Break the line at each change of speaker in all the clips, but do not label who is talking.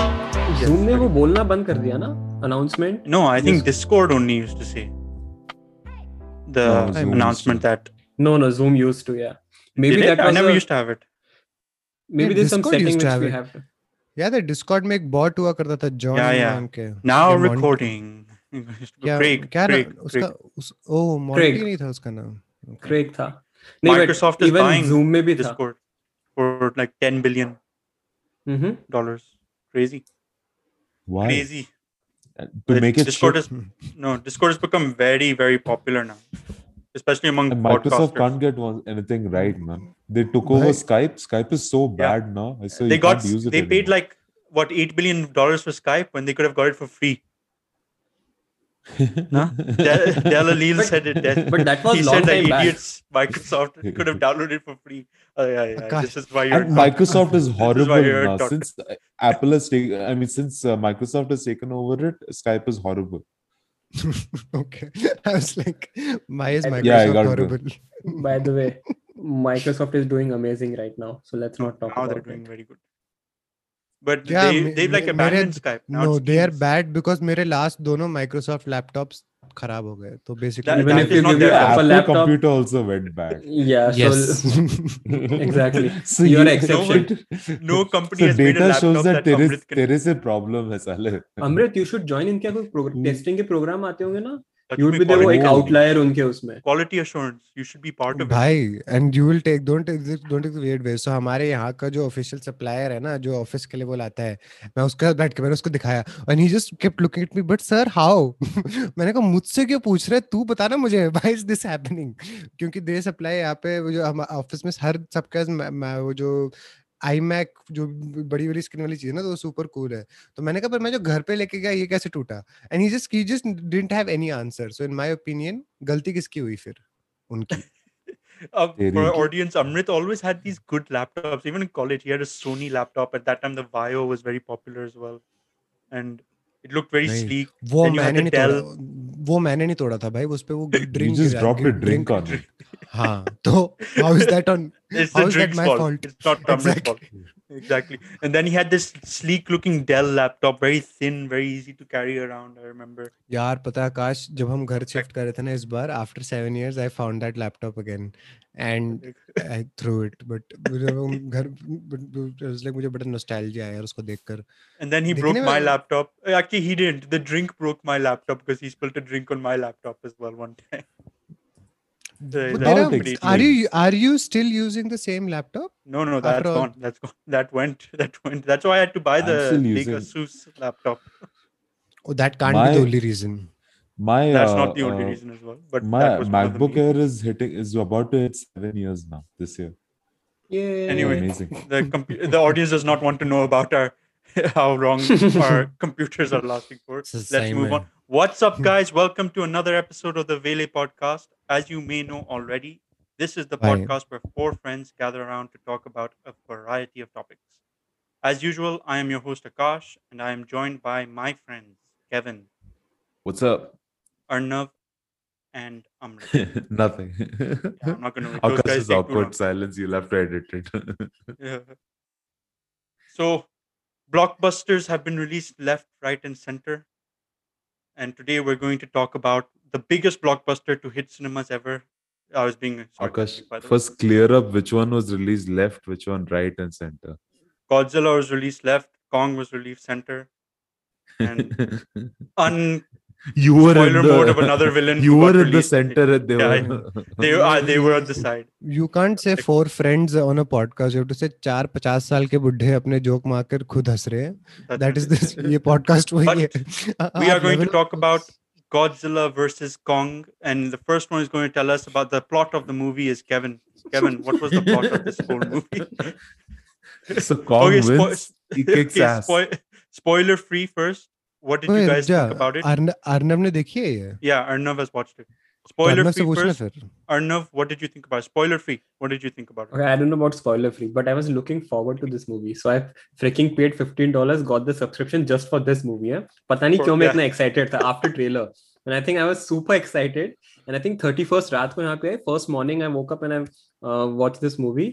Yes,
तुमने वो
but-
बोलना बंद कर दिया ना announcement
No, I think
Yes.
Discord only used to say the
No, Zoom used
announcement
to.
that
No, no, Zoom used to, yeah. Maybe
Did it?
that
I
was
never
a,
used to have it.
maybe
Yeah,
there's some
Discord
setting
used
which
to have
we
it.
have to.
याद है Discord में एक bot हुआ करता था John
Yeah, yeah.
नाम के
Now
Yeah, Mon-
recording.
क्या
Craig,
क्या ना,
Craig,
उसका
Craig.
उस ओ मॉन्टी नहीं था उसका नाम Okay.
Craig था नहीं
Microsoft
but
is
even
buying
Zoom में भी था
Discord for like 10 billion
hmm
dollars. Crazy,
Why? Uh,
crazy.
To
The
make it
Discord
shit,
is no Discord has become very, very popular now, especially among
and uh, Microsoft
podcasters.
can't get one, anything right, man. They took over
Bhai-
Skype. Skype is so bad now. So
they
you
got
can't use it
they paid
anymore.
like what eight billion dollars for Skype when they could have got it for free. Huh? Dal- Dalalil
But-
said it. That,
but that was
he
long
said
time
that
back.
idiots Microsoft could have downloaded it for free. Oh, yeah, yeah,
Akash,
This is why you're
And
in top.
Microsoft is horrible
you're
now.
talk-
Since uh, Apple has taken, I mean, since uh, Microsoft has taken over it, Skype is horrible.
okay i was like why is
I-
microsoft
Yeah, I got it.
horrible
by the way Microsoft is doing amazing right now, so let's not talk
now
about
they're
it.
doing very good. But
Yeah,
they
me-
they've like
me-
abandoned
mere-
Skype. Now
no
it's
they are
Teams.
bad because मेरे last दोनों Microsoft laptops खराब हो गए तो
That-
Even
that
if
is
you
not
give
their
your
fault.
Apple
Apple
laptop-
computer also went back.
Yeah, so
basically
Exactly.
so
You're
you-
an exception.
No company
so
has made a
data
laptop
shows that
that
there is
Amrit can-
there is a problem, hai साले.
Amrit you should join इनके कोई
Hmm.
Testing के program आते होंगे ना
That
you
should
would
be
be there वो
quality
एक
assurance.
Outlier उनके उसमें
Quality assurance. You should be part of it.
भाई and you will take don't take this don't take the weird way so हमारे यहाँ का जो official supplier है ना जो ऑफिस के लिए वो लाता है मैं उसके साथ बैठ के मैंने उसको दिखाया and he just kept looking at me but sir how मैंने कहा मुझसे क्यों पूछ रहे तू बता ना मुझे व्हाई इज दिस हैपनिंग क्योंकि दे सप्लाई यहाँ पे वो जो हम ऑफिस में हर सबका म- म- वो जो आई मैक जो ब- बड़ी बड़ी स्क्रीन वाली चीज है ना तो वो सुपर कूल है तो मैंने कहा पर मैं जो घर पे लेके गया ये कैसे टूटा and he just he just didn't have any answer so in my opinion गलती किसकी हुई फिर उनकी
Uh,
Very
for our
good.
audience, Amrit always had these good laptops. Even in college, he had a Sony laptop. At that time, the Vio was very popular as well, and it looked very
Right.
sleek.
वो
Then you had
मैंने
to
नहीं
tell-
तोड़ा वो मैंने नहीं तोड़ा था भाई उस पे वो
You
drink
just dropped a drink on it.
हाँ तो how is that on
It's
How
the
is that
drink's
my
fault.
fault?
It's not Amrit's fault.
Exactly.
Exactly. And then he had this sleek-looking Dell laptop, very thin, very easy to carry around. I remember.
यार पता है आकाश जब हम घर shift कर रहे थे ना इस बार after seven years I found that laptop again and I threw it but घर but- I was like, मुझे बड़ा नॉस्टैल्जिया आया यार उसको देखकर
And then he
दिखने
broke
में-
my laptop. Uh, Actually, he didn't. The drink broke my laptop because he spilled a drink on my laptop as well one time. The-
वो
the
Now
तेरा
it
company-
are you are you still using the same laptop
No, no, that's
After all-
gone. That's gone. That went. That went. That's why I had to buy
I'm
the
still
big
using-
Asus laptop.
That can't be the
My-
only reason
My
That's
uh,
not the only
uh,
reason as well. But
my
that was one of the
MacBook
main-
Air is hitting is about to hit seven years now this year.
ये
Anyway.
amazing.
The compu- the audience does not want to know about our how long our computers are lasting for. Let's move on. What's up, guys? Welcome to another episode of the Vele podcast. As you may know already, this is the
Right.
podcast where four friends gather around to talk about a variety of topics. As usual, I am your host, Akash, and I am joined by my friends, Kevin,
What's up?
Arnav, and Amrit. Yeah,
Nothing.
I'm not going to make Um, those guys take
Akash's
too long.
awkward silence. You'll have to edit it.
Yeah. So, blockbusters have been released left, right, and center. And today we're going to talk about the biggest blockbuster to hit cinemas ever. I was being
Akash,
sarcastic, by the way.
first clear up which one was released left, which one right, and center.
Godzilla was released left, Kong was released center, and un
you were in
spoiler
the,
mode of another villain.
You
who got
were in the
released.
center, and they
Yeah, I-
were.
They are. They were at the side.
You can't say
Like-
four friends on a podcast you have to say चार पचास साल के बुढ़े अपने joke मारकर खुद हंस रहे हैं
That's
that is
ridiculous.
This ये पॉडकास्ट वही
But
है
we
Ah,
are going to talk about Godzilla versus Kong, and the first one is going to tell us about the plot of the movie. Is Kevin? Kevin, what was the plot of this whole movie?
so Kong
Okay, spo-
wins. He kicks
Okay,
ass.
spoi- spoiler free first. What did you guys think about it?
Arnab ने देखी है ये
Yeah, Arnav has watched it.
तो
Spoiler
Arnab से
free
पूछना
first.
फिर
Arnav, what did you think about it? Spoiler free. What did you think about it?
Okay, I don't know about spoiler free, but I was looking forward to this movie. So I freaking paid $15, got the subscription just for this movie. Yeah? पता नहीं
For-
क्यों मैं
yeah.
इतना excited था after trailer. And I think I was super excited. And I think 31st रात को यहाँ पे first morning I woke up and I uh, watched this movie.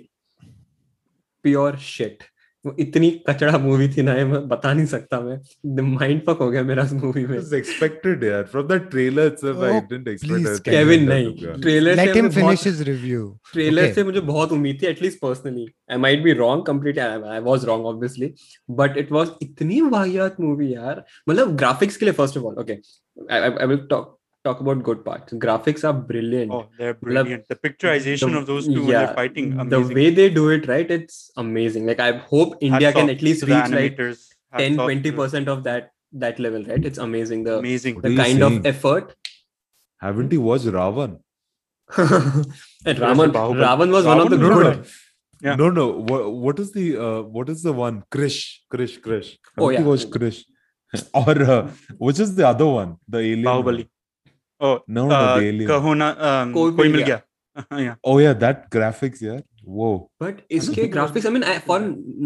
Pure shit. वो इतनी कचड़ा मूवी थी ना ये मैं बता नहीं सकता मैं माइंड फक हो गया मेरा उस मूवी में
was expected, yeah. From the trailer itself, I
Oh,
didn't expect.
please,
I think
Kevin
that
नहीं
would be-
ट्रेलर से
लेट हिम
मुझे
फिनिश
बहुत-
हिज रिव्यू
ट्रेलर
Okay.
से मुझे बहुत उम्मीद थी at least personally I might be wrong completely I was wrong obviously but it was इतनी वाहियात मूवी यार मतलब ग्राफिक्स के लिए first of all okay I will talk talk about good part graphics are brilliant
Oh, they're brilliant. The picturization of those two when
yeah,
they're fighting,
the
amazing.
way they do it right it's amazing like i hope india
Hats
can
off
at least
to the
reach like
animators. Hats
10
off to
20% of that that level right it's amazing the
Amazing.
What
the
are you
kind of
saying?
effort
Haven't you watched Ravan?
and raman
Bahubali.
ravan was one of the
Ravan, no,
good
no.
Yeah.
No, no. What, what is the uh, what is the one? Krish, Krish, Krish.
Oh,
Haven't you
yeah.
watched Krish. or uh, which is the other one? The alien. one?
Bahubali. Oh,
No, no,
uh,
the alien.
Kahuna. Um,
कोई
कोई
मिल
मिल
गया।
गया. yeah.
Oh yeah, that graphics, yeah. Whoa.
But इसके graphics I mean for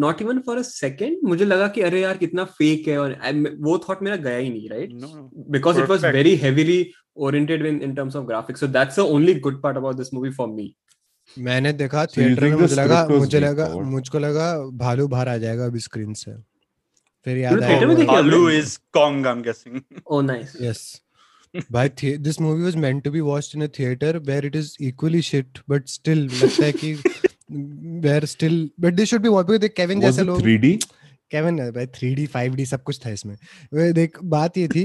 not even for a second मुझे लगा कि अरे यार कितना फेक है और I- वो थॉट मेरा गया ही नहीं right
No, no.
because it was
Perfect.
very heavily oriented in, in terms of graphics so that's the only good part about this movie for me
मैंने देखा
you
थिएटर में
think the
मुझे लगा
script was
मुझे
weak
लगा
or what?
मुझको लगा भालू बाहर आ जाएगा अभी स्क्रीन से फिर
तूने
याद
theater में देखी
आया
है?
Alu is Kong, I'm guessing.
oh nice
yes भाई this movie was meant to be watched in a theatre where it is equally shit but still लगता है कि where still but they should be watch because Kevin
Was
जैसे
it
लोग
3D?
Kevin है भाई 3D 5D सब कुछ था इसमें वे देख बात ये थी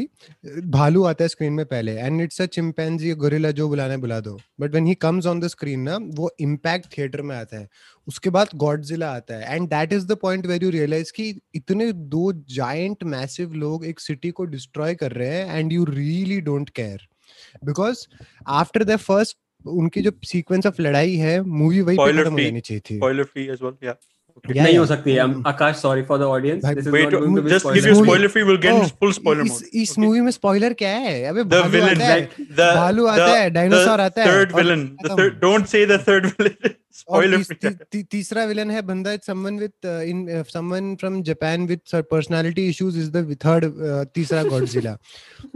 भालू आता है स्क्रीन में पहले and it's a chimpanzee gorilla जो बुलाना है बुला दो but when he comes on the screen ना वो इम्पैक्ट थिएटर में आता है उसके बाद गॉडजिला आता है and that is the point where you realise कि इतने दो जायंट मैसिव लोग एक सिटी को डिस्ट्रॉय कर रहे हैं and you really don't care because after the first उनकी जो सीक्वेंस ऑफ लड़ाई है मूवी वही पे
Spoiler
खत्म हो
free.
जानी चाहिए थी
Spoiler free as well. Yeah.
Yeah,
नहीं हो
yeah.
सकती है I'm- Akash sorry for the audience
भाई,
this is
Wait,
not going to be
just give
spoiler.
you
Movie-
spoiler free. We'll get into
Oh,
full spoiler
इस
mode.
इस
Okay.
Movie में spoiler क्या है अबे
The
भालू
villain,
आता है
like, the
भालू आता
the
है डायनासोर आता है
third
और-
villain. The
खत्म।
third. Don't say the third villain.
और
Spoiler
तीस-
free.
ती, ती, तीसरा विलन है बंदा it's someone with in someone from Japan with personality issues is the third uh, तीसरा गॉडजिला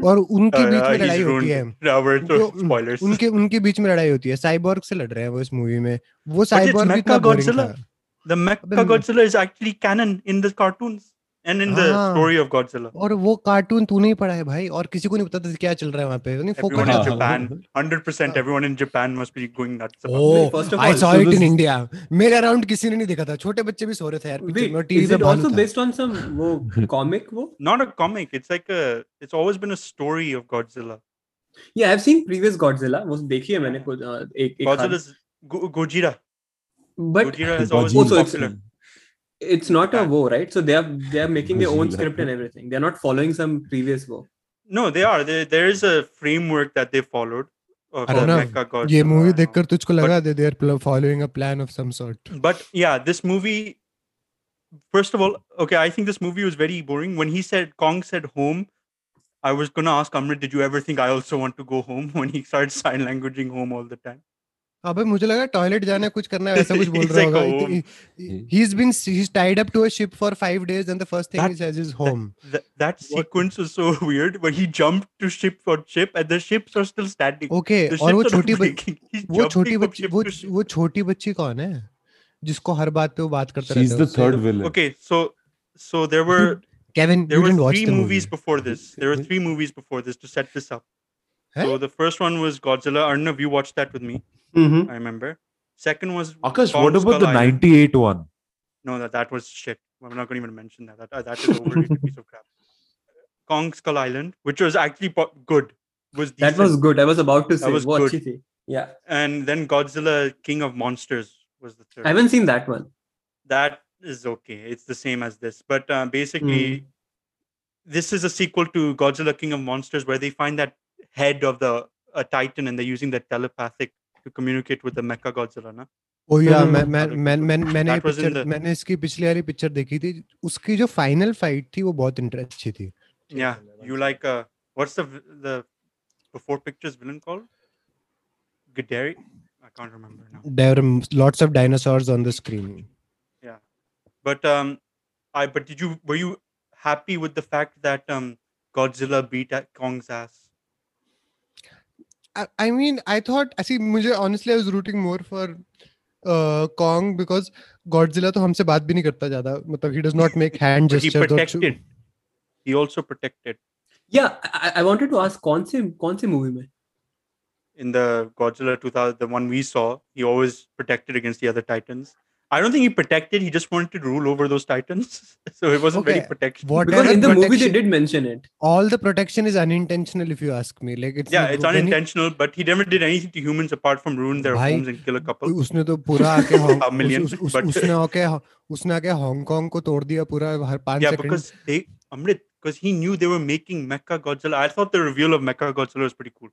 और उनके
Uh,
बीच में
he's
लड़ाई होती
ruined.
है
Robert, so
जो-
spoilers.
उनके उनके बीच में लड़ाई होती है साइबोर्ग से लड़ रहे हैं वो इस मूवी में वो
it's
साइबोर्ग भी इतना बोरिंग
Mechagodzilla.
था
The Mecha
Abhi-
Godzilla is actually canon in the cartoons and in the
हाँ.
story of Godzilla.
और वो कार्टून तूने ही पढ़ा है भाई और किसी को नहीं पता था क्या चल रहा है वहां पे नहीं
Everyone in
हाँ,
फोकस
हाँ,
Japan.
हाँ.
Hundred percent. Everyone in Japan must be going nuts. About
Oh,
first of
I
all
saw
so
it
this-
in India मेरे अराउंड किसी ने नहीं देखा था छोटे बच्चे भी सो रहे थे यार picture में, और
वेट
टीवी
इज
पे
इट
भालू
आल्सो
था।
बेस्ड ऑन सम वो कॉमिक वो
Not a comic. It's like a. It's always been a story of Godzilla.
Yeah I have seen previous Godzilla वो देखी है मैंने कुछ अ, एक एक
Godzilla's Go- Gojira.
बट
Gojira has always
Gojira.
been
Also, it's-
popular.
it's not a
Yeah.
wo right so they are they are making their own
Godzilla.
script and everything they're not following some previous wo
No, they are. There, there is a framework that they followed. uh, Of the
Arnav,
Mechagodzilla
ये movie
and all.
देखकर तुझको लगा they they are following a plan of some sort
but yeah, this movie. First of all, okay, I think this movie was very boring. When he said Kong said home, I was gonna ask Amrit, did you ever think I also want to go home? When he started sign languaging home all the time.
अबे हाँ मुझे लगा toilet जाना है, कुछ करना है वैसा कुछ बोल
He's
रहा
like
होगा
a home.
He is been he is tied up to a ship for 5 days and the first thing
That-
he says is home
That that
What-
sequence was so weird. Where he jumped to ship for ship, and the ships are still standing.
Okay
The ships
और वो
are not
छोटी बच्ची
breaking. He's
वो
jumping
छोटी
from
बच्ची
ship
वो
to ship.
वो छोटी बच्ची कौन है जिसको हर बात पे वो बात करता
She's
रहता
the
है
third villain.
Okay, so so there were
Kevin
there
you didn't
were
watch
three
the
movies
movies
before this. There were three movies before this to set this up. So
Huh?
the first one was Godzilla. Arnav, you watched that with me,
mm-hmm.
I remember. Second was
Akash,
Kong
what about
Skull
the
Island.
98
Uh,
one?
no, that that was shit. I'm not going to even mention that. That, uh, that is an overrated piece of crap. Kong Skull Island, which was actually po- good, was
that
decent.
was good i was about to say
was
wo
good.
achhi thi yeah
and then Godzilla King of Monsters was the third.
i haven't seen that one
that is okay. It's the same as this, but uh, basically, this is a sequel to Godzilla King of Monsters, where they find that head of the a titan and they're using that telepathic to communicate with the Mecha Godzilla. Na?
ओ या
हम्म,
मैं मैं
हम्म,
मैं मैं- मैंने ये
That was in
picture-
the-
मैंने इसकी पिछली वाली पिक्चर देखी थी उसकी जो फाइनल फाइट थी वो बहुत इंटरेस्ट अच्छी थी
Yeah, you like uh, what's the v- the before pictures villain called? Gadari? I can't remember now.
there are lots of dinosaurs on the screen.
But um, I but did you were you happy with the fact that um Godzilla beat at Kong's ass?
I, I mean, I thought. I see. मुझे honestly, I was rooting more for uh, Kong because Godzilla तो हमसे बात भी नहीं करता ज्यादा मतलब he does not make hand
But he
gestures
protected. He also protected
yeah I wanted to ask कौन से कौन से मूवी में
in the Godzilla 2000, the one we saw. He always protected against the other titans. I don't think he protected. He just wanted to rule over those titans, so it wasn't very
Okay,
protection.
what-
because in the
Whatever
movie they
protection-
did mention it
all the protection is unintentional if you ask me like it's
yeah,
like
it's
when he-
unintentional, but he never did anything to humans apart from ruin their
Bhai,
homes and kill a couple.
उसने तो पूरा आके
A
Hong
million,
उस, उस,
but-
उसने आके उसने आके हांगकांग को तोड़ दिया पूरा हर पांच
Yeah,
second
because they Amrit, because he knew they were making Mecha Godzilla. I thought the reveal of Mecha Godzilla was pretty cool.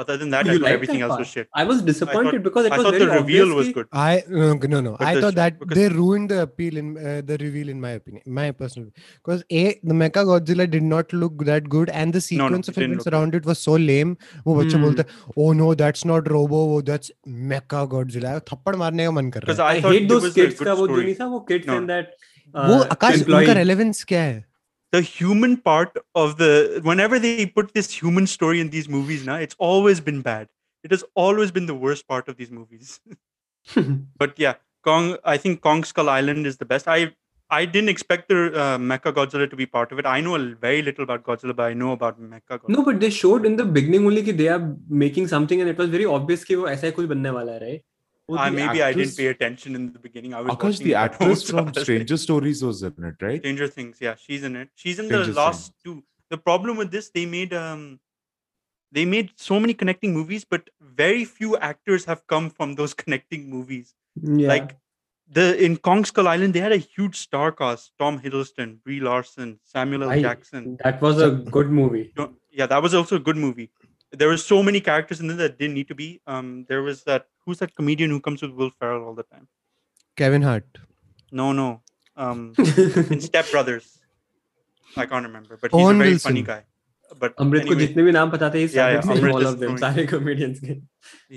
Other than that,
You
I thought
liked
everything
that
else was
part?
shit.
i was disappointed because it
I
was
thought
very
the reveal was
obviously-
good.
I no no no.
But
I
the sh-
thought that
because-
they ruined the appeal in uh, the reveal in my opinion, my personal because a the Mecha Godzilla did not look that good, and the
no,
sequence
it
of
didn't
events
look
around it was so lame. वो बच्चा
Hmm.
बोलता है, "Oh no, that's not Robo, oh, that's Mecha Godzilla." थप्पड़ मारने का मन कर
Because
रहा है।
I,
I
thought
hate
it
those
was a
kids
good
का वो जो
story.
नहीं था वो kids
No.
and that
वो
uh,
आकाश
employee.
उनका रेलेवेंस क्या है?
the human part of the whenever they put this human story in these movies now it's always been bad it has always been the worst part of these movies but yeah kong i think kong skull island is the best i i didn't expect the uh, mecha godzilla to be part of it i know a very little about godzilla but i know about mecha godzilla
no but they showed in the beginning only कि they are making something and it was very obvious कि वो ऐसा ही कुछ बनने वाला है right
Oh,
I,
the
Ah, maybe i didn't
actress-
pay attention in the beginning i was
Akash,
watching
the
it at home,
actress
so I
from
was like-
Stranger Stories was in it, right?
Stranger Things, yeah, she's in it. She's in
Stranger
the last two. The problem with this, they made um, they made so many connecting movies, but very few actors have come from those connecting movies.
yeah
Like the in Kong Skull Island, they had a huge star cast: Tom Hiddleston, Brie Larson, Samuel L.
I-
Jackson.
that was a good movie
You know, yeah, that was also a good movie. There were so many characters in there that didn't need to be. Um, there was that who's that comedian who comes with Will Ferrell all the time?
Kevin Hart.
No, no. Um, in Step Brothers. I can't remember, but he's
Owen
a very
Wilson.
funny guy. But
अमृत को
anyway,
जितने भी नाम पता थे
Yeah, yeah,
yeah,
Amrit
all
is
of them
throwing.
सारे comedians के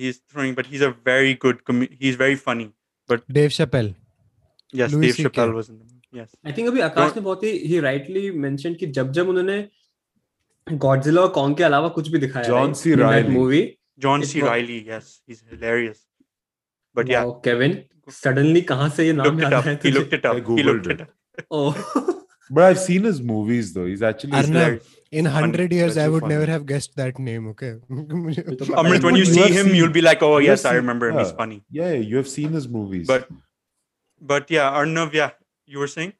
he's throwing, but he's a very good. Com- he's very funny.
Dave Chappelle.
Yes,
Louis
Dave
CK.
Chappelle was in the movie. Yes,
I think अभी Akash
Don't-
ने बहुत ही ही rightly mention कि जब जब उन्होंने गॉडजिला और कॉन्ग के अलावा कुछ भी दिखाया
John C. Reilly.
Movie
John
It
C.
wa-
Riley. Yes, he's hilarious. But yeah,
Kevin suddenly कहां से ये नाम
looked it
याद
up.
आया
He looked it up.
I
He looked
googled
it
it.
up.
oh
But I've seen his movies though. He's actually
He's
Arnab,
hilarious.
In hundred years,
that's
I
so
would
funny.
never have guessed that name. Okay. मुझे-
तो पता
Amrit, when you
You
see
have
him,
seen-
you'll be like, "Oh
you have
yes, I
seen-
remember him. He's
yeah.
funny."
Yeah, you have seen his movies.
But but yeah, Arnav. Yeah, you were saying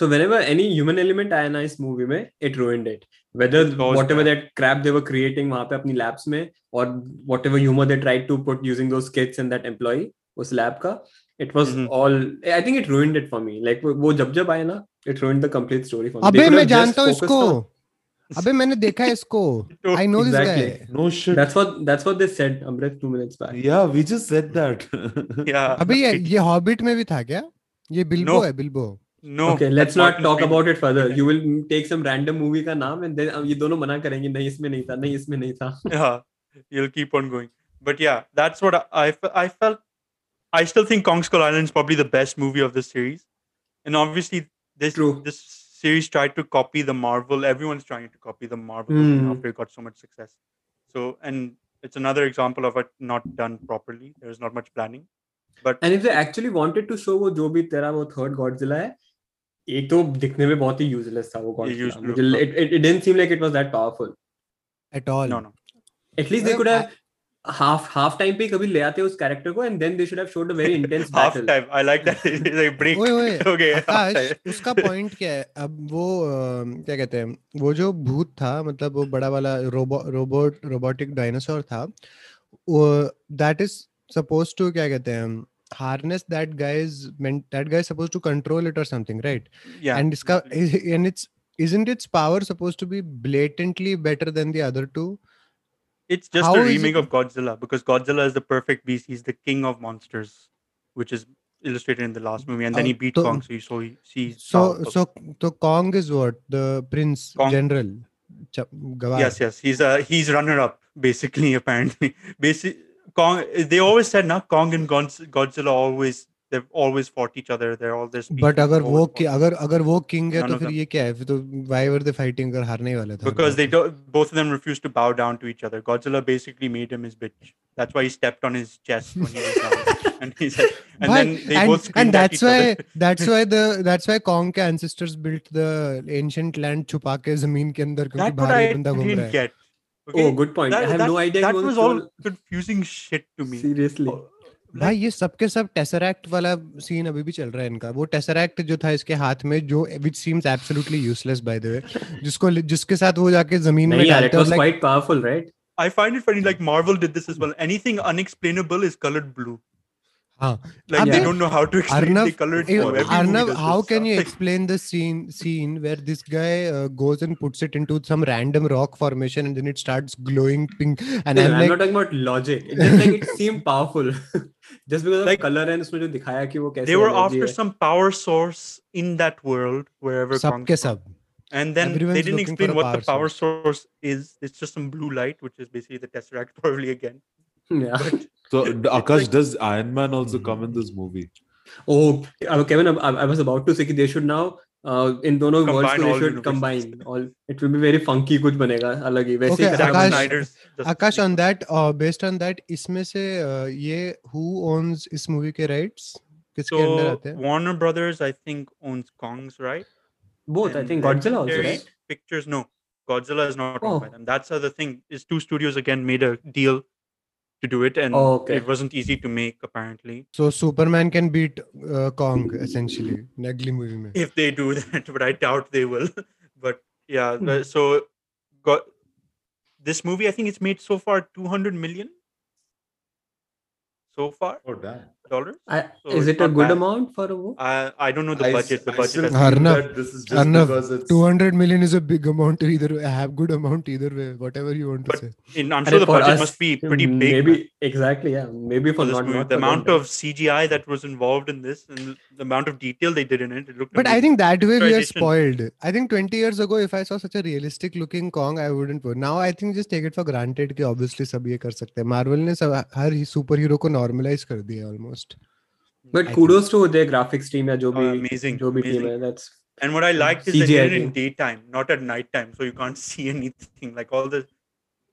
So whenever any human element ionized movie में it ruined it. Whether
always
whatever that crap they were creating वहां पे अपनी labs में और whatever humor they tried to put using those kids and that employee उस lab का it was
Mhm.
all I think it ruined it for me. Like वो- वो जब जब आया ना it ruined the complete story for me. They
अबे
could
मैं
have just
जानता हूँ
focused
इसको
on-
तो।
अबे मैंने देखा है इसको I know this
Exactly.
Guy
no shit.
That's what that's what they said Amrit two minutes back.
Yeah, we just said that.
yeah.
अबे ये ये हॉबिट में भी था क्या ये बिल्बो
No.
है Bilbo
no.
okay, let's
that's
not
Martin
talk
Freeman.
about it further. You will take some random movie का नाम and then ये दोनों मना करेंगे नहीं इसमें नहीं था नहीं इसमें नहीं था.
yeah you'll keep on going but yeah that's what I- I, fe- I felt i still think kong skull island is probably the best movie of the series and obviously this
True.
this series tried to copy the marvel everyone's trying to copy the marvel movie
Hmm.
after it got so much success so and it's another example of it not done properly there's not much planning but
and if they actually wanted to show वो जो भी तेरा वो third Godzilla है एक तो दिखने में बहुत ही यूजलेस था वो गॉडजिला
used to
मुझे
look
it it didn't seem like it was that powerful
at all
no no
at least they
Well,
could have half half time पे ही कभी ले आते उस कैरेक्टर को and then they should have showed a very intense
half
battle
time i like that they break
ओए ओए
okay half
Akash
time.
उसका पॉइंट क्या है अब वो अ, क्या कहते हैं वो जो भूत था मतलब वो बड़ा वाला रोबो रोबोट रोबोटिक डायनासोर था दैट इज सपोज टू क्या कहते हैं harness that guys that guys suppose to control it और something right
yeah
and iska,
exactly.
and it's isn't its power supposed to be blatantly better than the other two
It's just
How
a
is
remake
it-
of Godzilla because Godzilla is the perfect beast. He's the king of monsters, which is illustrated in the last movie. And then
Oh,
he beat
so-
Kong, so you saw he sees.
so so so kong is what the prince
Kong.
general Ch- Gawar.
yes, yes, he's a he's runner up basically. Apparently, basic Kong. They always said now Kong and Gonz- Godzilla always they've always fought each other. They're all this.
But अगर वो कि- अगर अगर वो king है
None
तो
of
फिर
them.
ये क्या है फिर तो व्हाई वर दे फाइटिंग अगर हारने ही वाले थे हम
because they
लोग।
don't, both of them refused to bow down to each other. Godzilla basically made him his bitch. That's why he stepped on his chest when he was down. and he said, and
Why?
then they
and,
both screamed at
and that's
each
why
other.
that's why the that's why Kong के ancestors built the ancient land छुपा के जमीन के अंदर क्योंकि
That what
बाहर
I
ही बंदा घूम रहा
didn't
है
get.
Oh, good point. I
That-
have
that-
no idea.
That
he
was
stole-
all confusing shit to me.
Seriously.
Oh,
भाई ये सबके सब टेसरैक्ट वाला सीन अभी भी चल रहा है इनका वो टेसरैक्ट जो था इसके हाथ में जो which seems absolutely useless by the way जिसको जिसके साथ वो जाके जमीन में
नहीं यार, it
डालते हैं और
was
like
quite powerful, right?
I find it funny. Like Marvel did this as well. Anything unexplainable is colored blue.
हाँ,
Like
अब
they
ये-
don't know how to explain the
Arnav,
colored
Ew,
blue. Every movie
Arnav,
does this
how can
stuff.
you
Like,
explain the scene scene where this guy uh, goes and puts it into some random rock formation and then it starts glowing pink? And
No,
I'm
I'm
like,
not talking about logic. It just like it seemed powerful. Just because of
Like,
color and उसमें जो दिखाया कि वो कैसे
They were
energy
after
है.
some power source in that world, wherever. Kong-
सबके सब
And then they
Everyone's
didn't
looking for
explain
a
what the
power
power source is. It's just some blue light, which is basically the tesseract, probably again.
Yeah.
But
So
It's
Akash,
like-
does Iron Man also come in
Hmm.
this movie?
Oh, I- Kevin, I, I was about to say कि they should now uh, इन दोनों worlds
Combine
को they
all
should
universes.
combine. All it will be very funky कुछ बनेगा अलग ही. वैसे
Okay,
ही
Zack
Zack
Akash- uh,
Snyder-
Snyder's Justice
Akash
League
on
was-
that based on that इसमें से uh, ये हु ओन्स इस मूवी के राइट्स किसके अंडर
So
आते हैं
Warner Brothers, I think, owns Kong's right.
both I
And
think
then
Godzilla also,
there's
right?
Pictures, no, Godzilla is not owned
Oh.
by them. That's the other thing. Is two studios again made a deal to do it, and
Oh, okay.
it wasn't easy to make apparently.
So Superman can beat Kong essentially अगली movie में
If they do that, but I doubt they will. But yeah,
Hmm.
the- so got this movie. I think it's made so far 200 million. So far,
Oh damn!
dollars.
I,
So
is
it's
it a
not
good
bad. Uh,
amount for a wo?
I I don't know the
I s-
budget. The
I
budget.
still
has-
feel
Arnav,
that this is just
Arnav,
because it's
200 million is a big amount either way, have good amount either way whatever you want to
But
say
in, I'm
Arre,
sure the
for
budget
us,
must be pretty big.
Maybe
man.
exactly yeah. Maybe for
for this
not,
movie.
not
the
for
amount
them.
of CGI that was involved in this and the amount of detail they did in it, it looked.
But I
amazing.
think that way we are
Tradition.
spoiled. I think 20 years ago, if I saw such a realistic looking Kong, I wouldn't. Put. Now I think just take it for granted कि obviously सब ये कर सकते हैं. Marvel ने सब हर superhero को normalize कर दिया है almost.
But
I
kudos to their graphics team या जो
Oh,
भी
amazing,
जो भी team
amazing.
है. That's
And what I liked is that they
CGI
did it in
thing.
daytime, not at nighttime, so you can't see anything. Like all the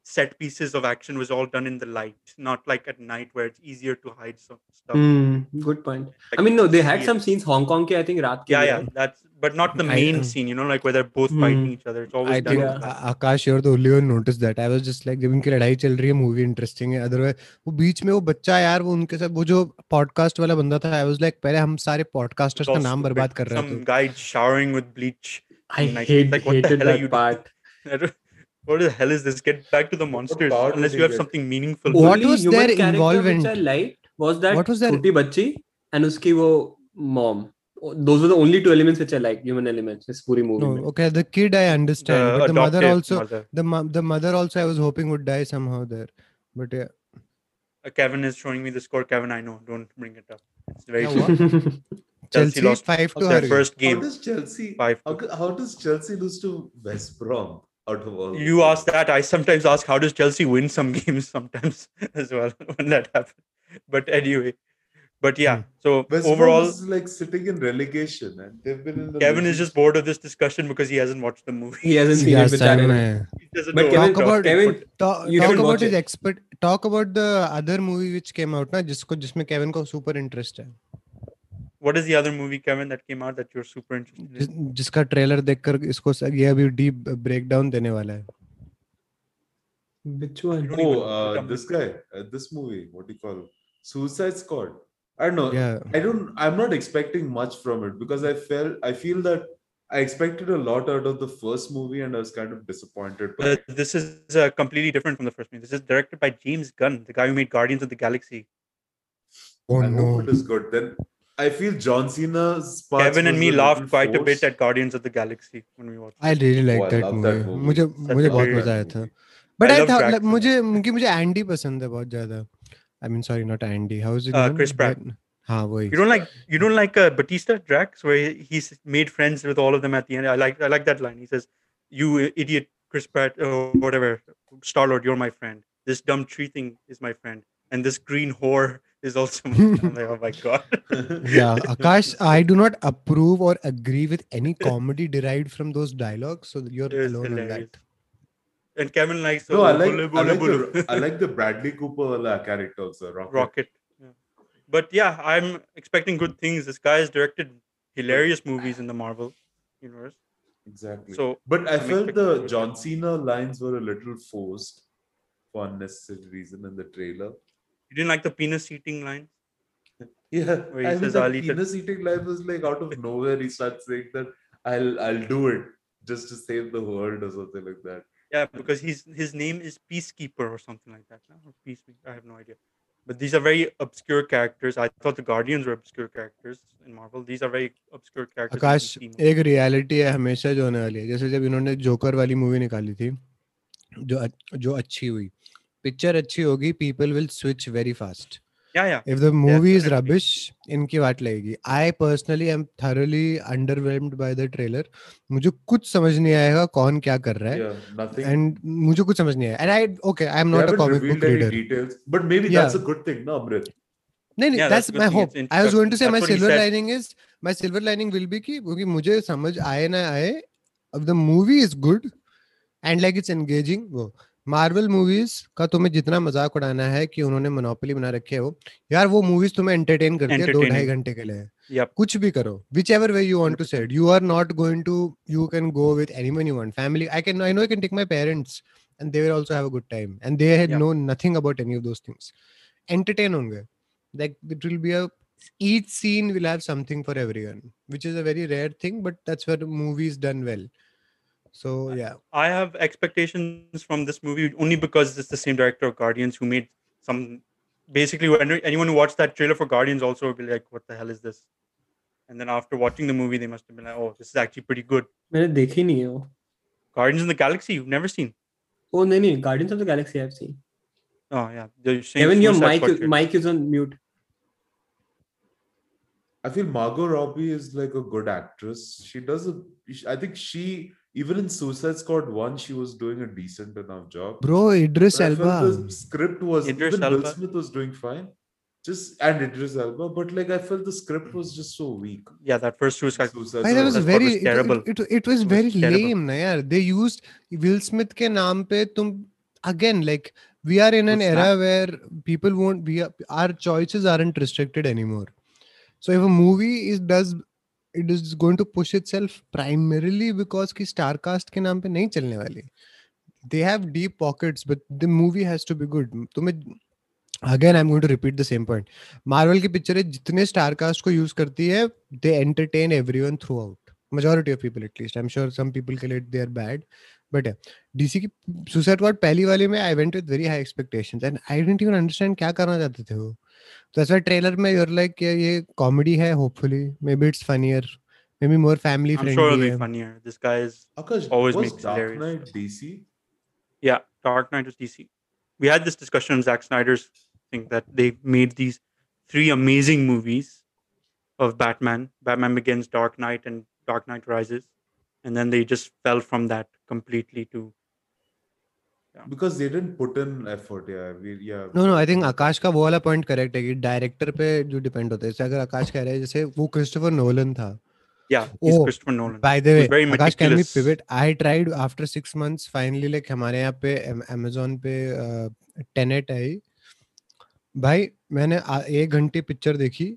set pieces of action was all done in the light, not like at night where it's easier to hide some stuff.
hmm, good point. I mean no, they had some scenes Hong Kong के I think रात के
Yeah,
लिए,
yeah,
right?
that's but not the
I-
main scene. You know, like where they're both fighting
Hmm.
each other. It's always
I
done.
think
in the
A-
light.
Akash you're the only one noticed that. I was just like जब इनकी लड़ाई चल रही है movie interesting है otherwise वो बीच में वो बच्चा यार वो उनके साथ वो जो पॉडकास्ट वाला बंदा था आई वाज लाइक पहले हम सारे पॉडकास्टर्स का
Lost
नाम
the
बर्बाद
bit.
कर रहे
Some
थे
guy showering with bleach.
I
Like-
hate
like, what the
hated
hell are
that
you doing?
part.
I don't- What the hell is this? Get back to the monsters.
power do
Unless
they
you have
get?
something meaningful.
What
Only
was
human
their
character
involvement?
Which I liked was that
What was their-
छोटी बच्ची and उसकी वो mom. Those are the only two elements which I like human elements this पूरी movie.
No,
में.
okay, the kid I understand,
the
but the mother
adoptive
also
mother.
the mo- the mother also I was hoping would die somehow there, but yeah.
Uh, Kevin is showing me the score. Kevin, I know. Don't bring it up. It's very
Yeah,
sad.
what? Chelsea,
lost
five to
their
her.
first
how
game.
does Chelsea
Five.
how, co- how does Chelsea lose to West Brom out of all?
You ask that. I sometimes ask, how does Chelsea win some games sometimes as well when that happens? But anyway, but
Hmm.
yeah. So
West
overall,
Brom is like sitting in relegation, and they've been in. The
Kevin is just bored of this discussion because he hasn't watched the movie.
He hasn't seen it.
Last time,
बेचारे ने.
I-
He doesn't
But
know
Kevin,
what we're
about-
talking
Kevin,
talk,
You
talk
should
about
watch
his
it.
expert. Talk about the other movie which came out ना जिसको जिसमें Kevin को super interest है
What is the other movie, Kevin, that came out that you're super interested
जिस,
in?
जिसका trailer देखकर इसको स- ये अभी डीप ब्रेकडाउन देने वाला है
Which one?
You don't
Oh,
even-
uh, this guy, uh, this movie. What do you call? It? Suicide Squad.
Oh,
I don't know.
yeah
I don't. I'm not expecting much from it because I felt. I feel that I expected a lot out of the first movie, and I was kind of disappointed. by
Uh,
it.
this is uh, completely different from the first movie. This is directed by James Gunn, the guy who made Guardians of the Galaxy.
oh
I
no
hope it is good. Then I feel John Cena's. parts
Kevin and
was
me
a little
laughed quite a bit
forced.
at Guardians of the Galaxy when we watched.
I really like
Oh, I
that
love
movie.
that movie.
मुझे
Such
मुझे
a
बहुत
great
मजा आया था
movie.
बट
I
I
love
thought
Drax
like,
in
मुझे क्योंकि मुझे एंडी पसंद है बहुत ज्यादा I mean sorry not Andy how is
Uh, Chris Pratt.
हाँ वही
You don't like you don't like uh, Batista Drax, where he- he's made friends with all of them at the end. I like I like that line. He says, "You idiot, Chris Pratt, uh, or whatever, Star Lord, you're my friend. This dumb tree thing is my friend, and this green whore is also. moved. I'm like, oh my god.
yeah, Akash, I do not approve or agree with any comedy derived from those dialogues. So you're
It was
alone on
hilarious.
that.
And Kevin likes.
No,
oh,
I like
bolo,
I
bolo,
like
bolo.
the I like the Bradley Cooper wala character also. Rocket.
Rocket. Yeah. But yeah, I'm expecting good things. This guy has directed hilarious movies in the Marvel universe.
Exactly.
So
but I
I'm
felt
expecting
the
good.
John Cena lines were a little forced for unnecessary reason in the trailer.
you didn't like the penis eating line?
Yeah,
Where he
I mean,
says,
that
"I'll eat it."
penis eating line was like out of nowhere. He starts saying that I'll I'll do it just to save the world or something like that.
Yeah, because he's his name is Peacekeeper or something like that. No? Or Peace, I have no idea. But these are very obscure characters. I thought the Guardians were obscure characters in Marvel. These are very obscure characters. we haven't
Akash
seen.
एक reality है हमेशा जो होने वाली है जैसे जब इन्होंने जोकर वाली मूवी निकाली थी जो अच- जो अच्छी हुई पिक्चर अच्छी होगी people will switch very fast
yeah, yeah.
if the movie is
definitely.
rubbish इनकी वाट लगेगी I personally I am thoroughly underwhelmed by the trailer मुझे कुछ समझ नहीं आएगा कौन क्या कर रहा है
Yeah, nothing.
एंड मुझे कुछ समझ नहीं आया and I okay I am
They
not a
haven't
comic
revealed
book
any
reader
details, but maybe
Yeah.
that's a good thing, no, Amrit?
नहीं नहीं
Yeah,
that's
that's good
my
thing,
hope
it's
I was going to say
introduction,
my
that's what he
silver
said.
Lining is my silver lining will be कि क्योंकि मुझे समझ आए ना आए अब the movie is good and like it's engaging वो Marvel movies का तुम्हें जितना मजाक उड़ाना है कि उन्होंने मोनोपोली बना रखे हो यार वो मूवीज तुम्हें एंटरटेन करती है दो ढाई
Entertaining.
घंटे के लिए
Yep.
कुछ भी करो whichever way you want to set you are not going to you can go with anyone you want family I can I know I can take my parents and they will also have a good time and they
Yeah.
Know nothing about any of those things entertain होंगे like it will be a each scene will have something for everyone which is a very rare thing but that's where the movie is done well so yeah
I have expectations from this movie only because it's the same director of Guardians who made some. Basically, when anyone who watched that trailer for Guardians also will be like, "What the hell is this?" And then after watching the movie, they must have been like, "Oh, this is actually pretty good."
मैंने देखी नहीं है वो
Guardians in the Galaxy, you've never seen?
ओ नहीं नहीं Guardians of the Galaxy I have seen
Oh yeah, they're saying
even your
Suicide
mic
Squad
mic is on mute
I feel Margot Robbie is like a good actress. She does a, I think she, even in Suicide Squad 1, she was doing a decent enough job.
bro idris
But I
elba
felt the script was,
Idris
even Will
Elba.
Smith was doing fine. Just, and Idris Elba, but like I felt the script was just so weak.
trailer. Yeah, that first Suicide Squad.
Suicide
Why that
Squad.
was
Suicide Squad
very
was
it- it-
terrible.
It, it was
was
very
terrible.
lame, na yaar. They used Will Smith के नाम पे तुम again like we are in an
It's
era where people won't be our choices aren't restricted anymore. So if a movie is does it is going to push itself primarily because की star cast के नाम पे नहीं चलने वाली. They have deep pockets, but the movie has to be good. तुम्हें again I am going to repeat the same point Marvel की पिक्चरें जितने स्टार कास्ट को यूज करती है they entertain everyone throughout majority of people at least I am sure some people के लिए they are bad but DC की Suicide Squad पहली वाली में I went with very high expectations and I didn't even understand क्या करना चाहते थे वो तो ऐसा ट्रेलर में यूर लाइक ये कॉमेडी है hopefully maybe it's funnier maybe more family
I'm sure it'll
friendly
be funnier. This guy is
Akash,
always
was
makes
Dark
hilarious.
Knight DC?
yeah. Dark Knight is DC. We had this discussion on Zack Snyder's thing that they made these three amazing movies of Batman. Batman Begins, Dark Knight, and Dark Knight Rises, and then they just fell from that completely to
Because they didn't put in effort. Yeah. We, yeah.
No no I think Akash का वो वाला point correct है कि director पे जो depend होता है जैसे अगर आकाश कह रहा है जैसे वो क्रिस्टोफर नोलन था
yeah. He's
Oh,
Christopher Nolan.
By the
It was
way,
very
Akash, can we
meticulous.
pivot? I tried after six months. Finally, like हमारे यहाँ पे Am- Amazon पे टेनेट आई भाई मैंने आ- एक घंटे पिक्चर देखी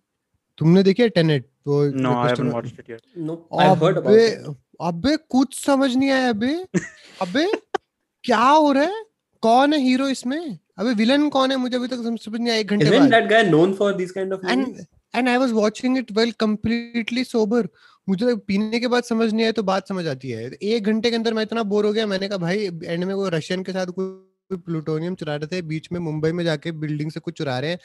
तुमने देखी है टेनेट वो
No, I haven't
Christopher-
watched it yet.
No I have heard
अबे
अबाउट
अबे कुछ समझ नहीं आया अबे अबे क्या हो रहा है कौन है हीरो इसमें अबे विलन कौन है मुझे अभी तक सम- समझ नहीं आया एक घंटे
इवन
बाद
that guy known for this kind of
and and I was watching it while completely sober. मुझे लगा पीने के बाद समझ नहीं आया तो बात समझ आती है एक घंटे के अंदर मैं इतना बोर हो गया मैंने कहा भाई एंड में वो रशियन के साथ कोई प्लूटोनियम चुरा रहे थे बीच में मुंबई में जाके बिल्डिंग से कुछ चुरा रहे हैं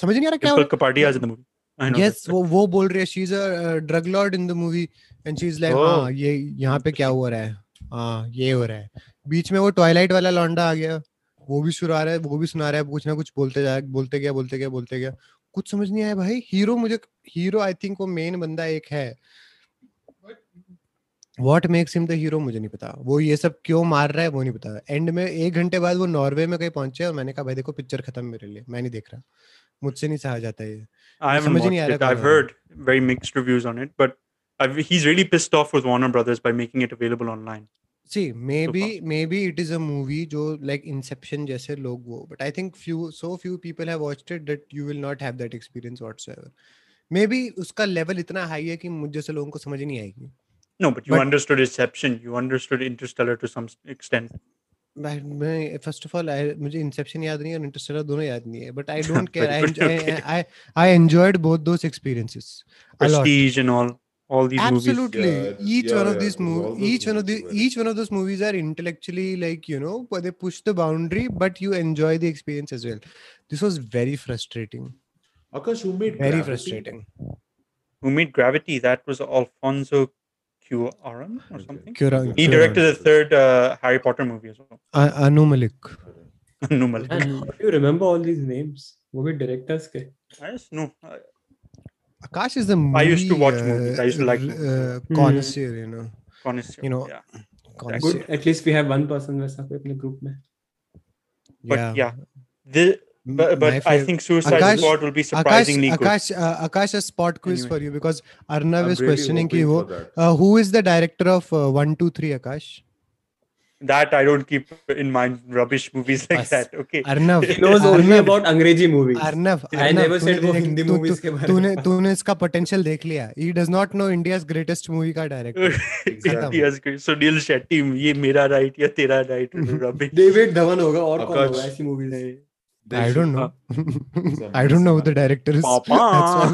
समझ नहीं आ रहा क्या हो
Dimple Kapadia is in the movie. I know.
Yes
that's-
वो वो बोल रही है she is a drug lord in the movie and she is like
Oh,
हां "हाँ, ये यहाँ पे क्या हो रहा है हाँ ये हो रहा है बीच में वो टॉयलाइट वाला लौंडा आ गया वो भी सुना रहा है वो भी सुना रहा है कुछ ना कुछ बोलते जा बोलते गया बोलते गया बोलते गया कुछ समझ नहीं आया भाई हीरो मुझे हीरो आई थिंक वो मेन बंदा एक है what makes him the hero मुझे नहीं पता वो ये सब क्यों मार रहा है वो नहीं पता एंड में एक घंटे बाद वो नॉर्वे में कहीं पहुंचे और मैंने कहा भाई देखो पिक्चर खत्म मेरे लिए मैं नहीं देख रहा मुझसे नहीं सहा जाता ये
I haven't
समझ ही
watched
नहीं आ
it.
रहा
I've
कौन है।
heard very mixed reviews on it, but I've, he's really pissed off with Warner Brothers by making it available online.
See, maybe
far.
maybe it is a movie जो like Inception जैसे लोग वो but I think few so few people have watched it that you will not have that experience whatsoever. Maybe उसका level इतना high है कि मुझ जैसे लोगों को समझ ही नहीं आएगी.
No, but you
But-
understood Inception. You understood Interstellar to some extent.
But मैं first of all I मुझे Inception याद नहीं है और Interstellar दोनों याद नहीं है but I don't care.
Very
I,
good,
enjoy,
okay.
I I I enjoyed both those experiences. A lot.
Prestige and all, all these movies.
absolutely
Yeah, it-
each
yeah,
one of
yeah,
these
it was all
movies
those
each one of the
movies were-
each one of those movies are intellectually like you know but they push the boundary but you enjoy the experience as well this was very frustrating
Akash, who made
very
Gravity?
frustrating
Who made Gravity? That was Alfonso Cuarón or
Okay.
something.
Cuarón-
He
Cuarón.
directed the third uh, Harry Potter movie as well.
A- anu malik
no, Malik.
Man, how do you remember all these names? वो भी directors के.
I just know. uh,
akash is the
I
movie,
used to watch movies. I used to like
r-
movies. Hmm.
uh, connoisseur you know
connoisseur,
You know,
yeah.
Good.
connoisseur.
At least we have one person वैसा कोई अपने group में.
But yeah, the,
m-
but,
my
but I
fav-
think Suicide
Akash-
Squad will be
akash
surprisingly good.
akash uh, akash a spot quiz
Anyway.
for you because
I'm
arnav is
really
questioning ki
hoping
wo,
for that.
uh, who is the director of uh, 123 akash
That I don't keep in mind rubbish movies like
Us.
that. Okay.
arnav
He knows only
Arnav-
about अंग्रेजी movies.
Arnav
I never said वो Hindi movies
तूने
के बारे
तूने
में.
तूने इसका potential देख लिया ही does not know India's greatest movie का director
Exactly.
India's great. Sunil Shetty, ये मेरा right या तेरा right rubbish.
David Dhawan होगा और कौन
Akash.
होगा ऐसी movies में.
They
I
should-
don't know I don't know who the director is
Papa,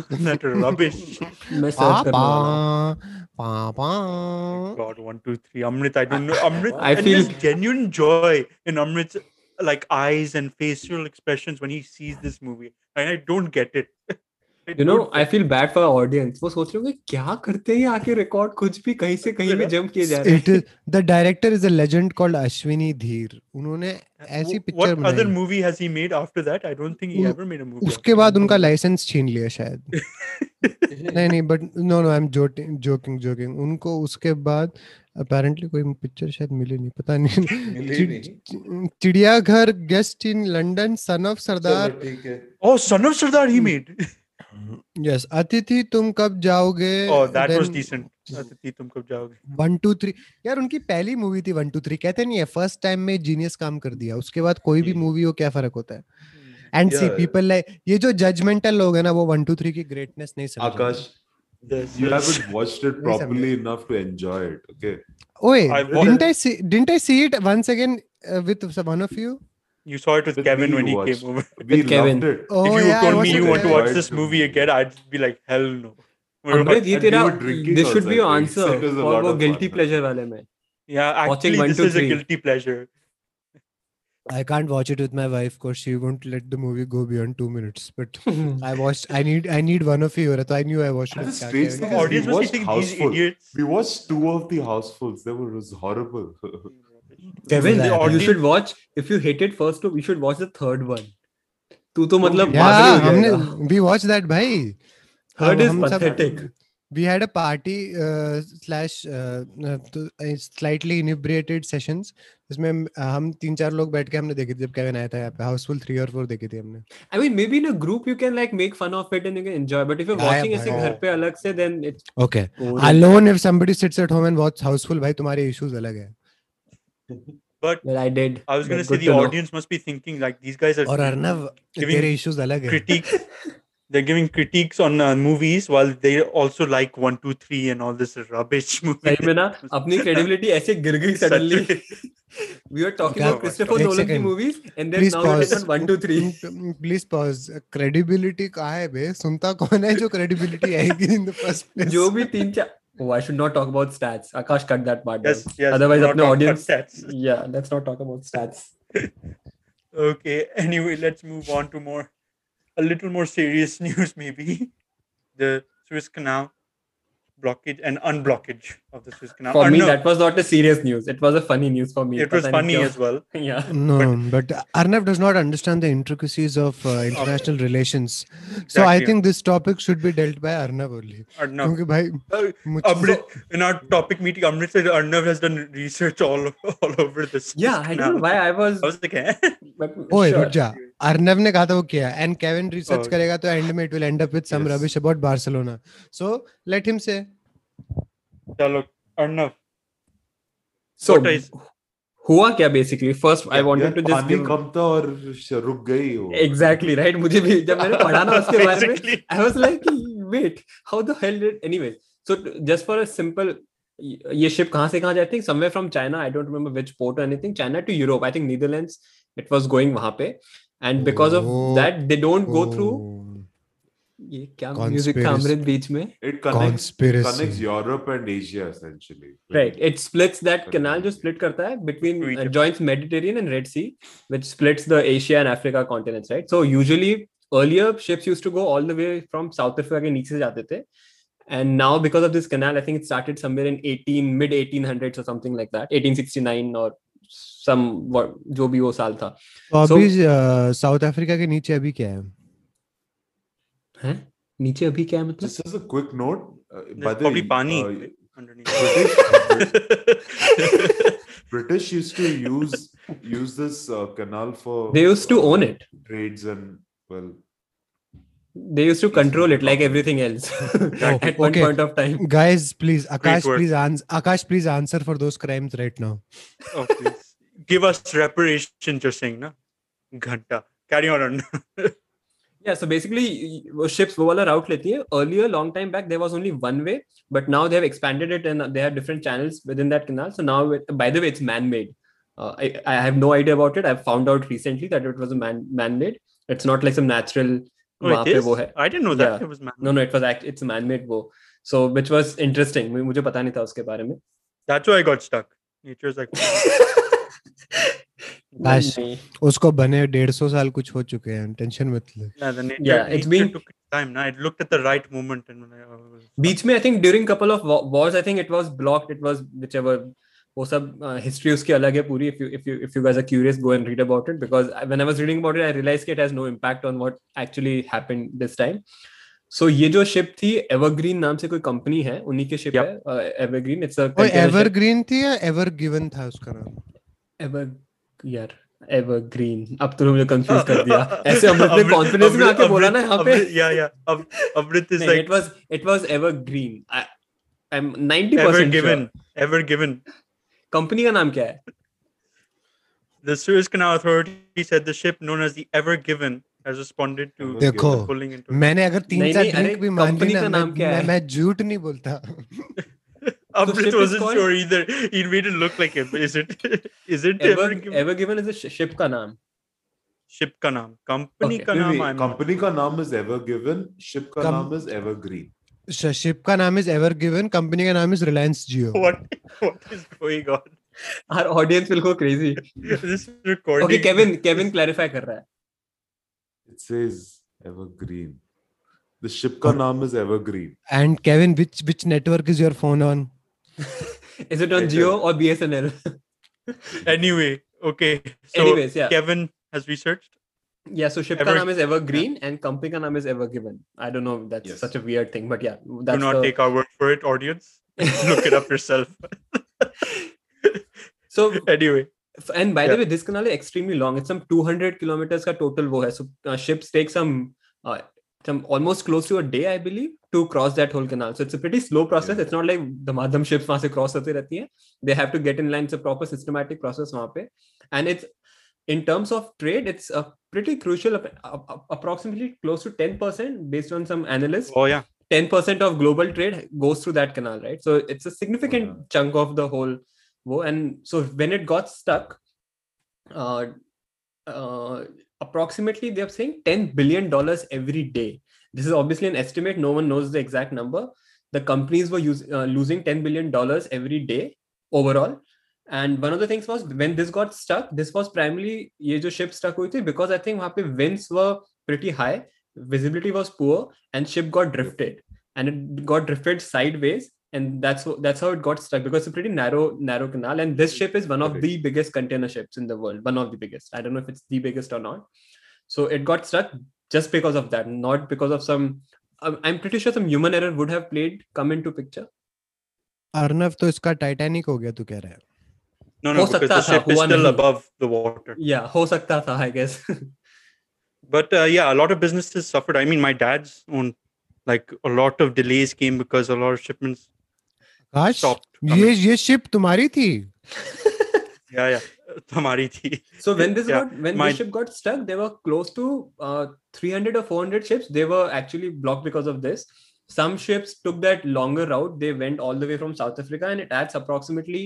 that rubbish.
मैं search करने
पापा
वाला हूँ.
पापा
God, one, two, three. Amrit, I don't know. Amrit,
Uh-huh. I
and
feel-
there's genuine joy in Amrit's like eyes and facial expressions when he sees this movie, and I don't get it. I
You know,
don't
I feel bad for our audience. वो सोच रहे होंगे क्या करते हैं ये आके record कुछ भी कहीं से कहीं में जंप किए जा रहे
it is the director is a legend called Ashwini Dhir उन्होंने
get-
ऐसी
Wh-
पिक्चर
What other
बनाई
movie has he made after that? I don't think he
उन-
ever made a movie.
उसके
after
बाद
that.
उनका लाइसेंस छीन लिया शायद
हैं.
नहीं नहीं but no no I am joking joking उनको उसके बाद अपेरेंटली कोई पिक्चर शायद मिली नहीं पता नहीं
मिली
चिड़-
नहीं।
चि- चिड़ियाघर guest in London sun of सरदार
चलो, ठीक है
Oh, Son of Sardar, he made.
Yes Atithi Tum कब जाओगे
Oh, that was decent. Aditi, तुम कब जाओगे?
वन टू थ्री यार उनकी पहली मूवी थी वन टू थ्री कहते नहीं है फर्स्ट टाइम में जीनियस काम कर दिया उसके बाद कोई भी
जी।
Hmm.
मूवी हो क्या फर्क होता है and see
Yeah.
People like ये जो जजमेंटल लोग है ना वो वन टू थ्री की ग्रेटनेस नहीं समझ
Akash,
Yes,
you
yes.
haven't watched it
नहीं
properly enough to enjoy it. Okay.
ओए
I watched-
didn't I see didn't I see it once again with one of you
You saw it with
With
Kevin
me
when
you
he
watched.
came over.
We
Kevin.
loved it.
Oh,
if you
yeah, I
told
watched
me
it
you want to
with
watch
Kevin.
this movie again, I'd be like, hell no. We're
Amrit ये
And we
तेरा
were drinking
this should
also,
be
I think.
Answer
It was a
for
lot
वो
of
guilty
fun.
Pleasure वाले में
Yeah,
Watching
actually,
one,
this
two,
is a
three.
guilty pleasure.
I can't watch it with my wife because she won't let the movie go beyond two minutes. But I watched. I need. I need one of you. So I knew I watched it.
And
with
the
Kya
strange
The
thing Because we
Kya
audience
Kya.
was
watched
eating these
Houseful.
idiots.
We watched two of the housefuls. They were it was horrible.
Kevin
Exactly.
You should watch if you hated first two you should watch the third one तू तो मतलब
Yeah,
पागल हो
हमने
जाएगा
we watched that भाई.
Third
हम-
is
हम सब-
pathetic
We had a party uh, slash uh, uh, तो- uh, slightly inebriated sessions जिसमें हम- uh, हम तीन चार लोग बैठ के हमने देखी थी जब केविन आया था यहाँ पे हाउसफुल थ्री और फोर देखी थी हमने
i mean maybe in a group you can like make fun of it and you can enjoy but if you're
Yeah,
watching
yeah,
ऐसे
भाई।
घर पे अलग से then it
Okay.
goes
Alone if somebody sits at home and watch houseful भाई तुम्हारे issues अलग है.
But
well i did
I was going to
But
say
good
the
to know.
audience must be thinking, like, these guys are
और Arnav
giving
तेरे issues अलग है.
critiques. They're giving critiques on uh, movies while they also like one, two, three, and all this rubbish movie.
सही में ना अपनी credibility ऐसे गिर गई suddenly we are talking
Okay,
about Christopher
एक
नोलन की
second.
Movies and then
Please
now it
pause.
Is 1 2 3
please pause credibility कहाँ है बे सुनता कौन है जो क्रेडिबिलिटी आएगी इन द फर्स्ट प्लेस
जो भी तीन चार oh, I should not talk about stats. Akash, cut that part.
Yes,
down.
yes.
Otherwise,
not
अपने
on
audience.
contacts.
Yeah, let's not talk about stats.
Okay, anyway, let's move on to more a little more serious news, maybe. The Suez Canal blockage and unblockage. of the Suez Canal.
For
Or
me,
no,
that was not a serious news. It was a funny news for me.
it was
पता नहीं
funny
क्यों।
as well.
Yeah.
No, but, Arnav does not understand the intricacies of uh, international relations. So I
Exactly.
think this topic should be dealt by Arnav only.
Arnav.
क्योंकि भाई
Uh,
मुझसे
Amrit, in our topic meeting, Amrit said Arnav has done research all all over this.
Yeah, I don't know why I was.
I was like, eh?
but
ओए
sure.
रुक जा अर्नव ने कहा था वो किया एंड केविन रिसर्च
Oh.
करेगा तो एंड में it will end up with some
Yes.
Rubbish about Barcelona so let him say
Chalo, Arnav.
So
What is-
हुआ क्या basically first I wanted to just
पानी कम था और श- रुक गई हो
एग्जैक्टली राइट मुझे भी जब मैंने पढ़ा ना उसके बारे में
Basically,
I was like, wait, how the hell did anyways? So t- just for a simple y- ये ship कहाँ से कहाँ जाती है somewhere from China I don't remember which port or anything China to Europe I think Netherlands it was going वहाँ पे and because of
Oh.
that they don't go through ये क्या music था
Conspiracy.
अमृत बीच में
it
Oh,
connects connects
conspiracy
Europe and Asia essentially
right it splits that
Conspiracy.
canal जो split करता है between
Between
uh,
the-
joins Mediterranean and Red Sea which splits the Asia and Africa continents right so usually earlier ships used to go all the way from South Africa के नीचे से जाते थे and now because of this canal I think it started somewhere in 18 mid 1800s or something like that 1869 or some what जो भी वो साल था
अभी साउथ अफ्रीका के नीचे अभी क्या है
हैं नीचे अभी क्या है मतलब
Just as a quick note, uh, by
there's
the
probably
uh,
Pani underneath.
British, uh, British used to use use this uh, canal for
they used to own it
trades and well
they used to control it like everything else at one
okay.
point of time
guys please akash
word.
please ans- akash please answer for those crimes right now
oh, please. Give us reparation, just saying, na? Ghanta. Carry on, Arnav.
Yeah, so basically y- वो ships वो वाला route लेती है earlier long time back there was only one way but now they have expanded it and they have different channels within that canal so now it, by the way it's man made uh, I, I have no idea about it I've found out recently that it was a man man made it's not like some natural
Oh,
वहाँ
it
पे
is?
वो है
I didn't know that.
Yeah.
It was man.
no no it was act it's a man made वो so which was interesting मुझे मुझे पता नहीं था उसके बारे में
That's why I got stuck. Nature's like,
Ash. उसको बने डेढ़ सौ साल कुछ हो चुके हैं टेंशन मत ले
yeah, the nature,
Yeah, it's
nature
been-
took its time. Now it looked at the right moment and uh, when I, I was
बीच में I think during couple of wars I think it was blocked it was whichever वो सब history उसकी अलग है पूरी if you if you if you guys are curious go and read about it because when I was reading about it I realise कि it has no impact on what actually happened this time so ये जो ship थी evergreen नाम से कोई company है उन्हीं की शिप
Yep.
है uh, एवरग्रीन इट्स अ
वो एवरग्रीन थी या एवर गिवन था उसका नाम
एवर यार एवरग्रीन अब तो मुझे कंफ्यूज कर दिया ऐसे हम अपने कॉन्फिडेंस में आके बोला ना यहाँ पे
Amrit, yeah, yeah. Am- Amrit is
नहीं,
like
it was it was evergreen i i'm 90%
ever
sure.
given, ever given.
Company का नाम क्या है
The Suez Canal Authority said the ship known as the Ever Given has responded to
Ever
देखो
Given.
pulling into.
मैंने अगर तीन
नहीं,
चार
नहीं, अरे,
ड्रिंक भी मान ली
कंपनी
ना
का
मैं,
नाम क्या
मैं
है?
मैं झूठ नहीं बोलता
Amrit
ship is
wasn't
called-
sure either. He made it look like it. Is it? Is it Ever,
Ever
Given?
Ever Given is a ship का नाम
Ship ka naam. Company
Okay.
ka
wait,
naam.
wait,
I'm not-
company ka naam is ever given ship ka
Com-
naam is evergreen
श- ship का नाम is Ever Given company का नाम is Reliance Jio
What? What is going on?
Our audience will go crazy
This recording.
Okay Kevin Kevin clarify कर रहा है
it says evergreen the ship ka
Or-
naam is evergreen
and Kevin which which network is your phone on
is it on जियो और BSNL
Anyway, okay. So
anyways या
Kevin has researched.
या so ship का
Ever-
नाम is Evergreen and company का नाम is Ever Given I don't know that's
Yes.
Such a weird thing but या
Do not
that's
take our word for it, audience. Look it up yourself.
So
anyway,
and by the
Yeah.
way this canal is extremely long it's some 200 kilometers ka total wo hai so uh, ships take some uh, some almost close to a day i believe to cross that whole canal so it's a pretty slow process
Yeah.
it's not like the madham ships wahan se cross होते रहती हैं they have to get in line it's a proper systematic process wahan pe and it's in terms of trade it's a pretty crucial ap- ap- ap- approximately close to 10% based on some analysts
oh yeah,
10% of global trade goes through that canal, right? So it's a significant
Yeah.
chunk of the whole. wo- And so when it got stuck, uh, uh, approximately they're saying $10 billion every day. This is obviously an estimate. No one knows the exact number. The companies were use, uh, losing $10 billion every day overall. And one of the things was when this got stuck, this was primarily ye jo ship stuck हुई थी because I think वहाँ पे winds were pretty high, visibility was poor, and ship got drifted. And it got drifted sideways and that's how, that's how it got stuck because it's a pretty narrow narrow canal and this ship is one of
Correct.
the biggest container ships in the world one of the biggest i don't know if it's the biggest or not so it got stuck just because of that not because of some I'm- i'm pretty sure some human error would have played come into picture
Arnav तो इसका Titanic हो गया तू कह रहा है
No, no,
हो
because
सकता
the
था,
ship is
हुआ
still
नहीं।
above the water.
yeah ho sakta tha i guess
But uh, yeah, a lot of businesses suffered. I mean, my dad's own, like a lot of delays came because a lot of shipments
काश
stopped. coming.
ये ये ship तुम्हारी थी
Yeah, yeah. Tamari thi.
so when this
Yeah,
got when
my-
this ship got stuck they were close to uh, 300 or 400 ships they were actually blocked because of this some ships took that longer route they went all the way from south africa and it adds approximately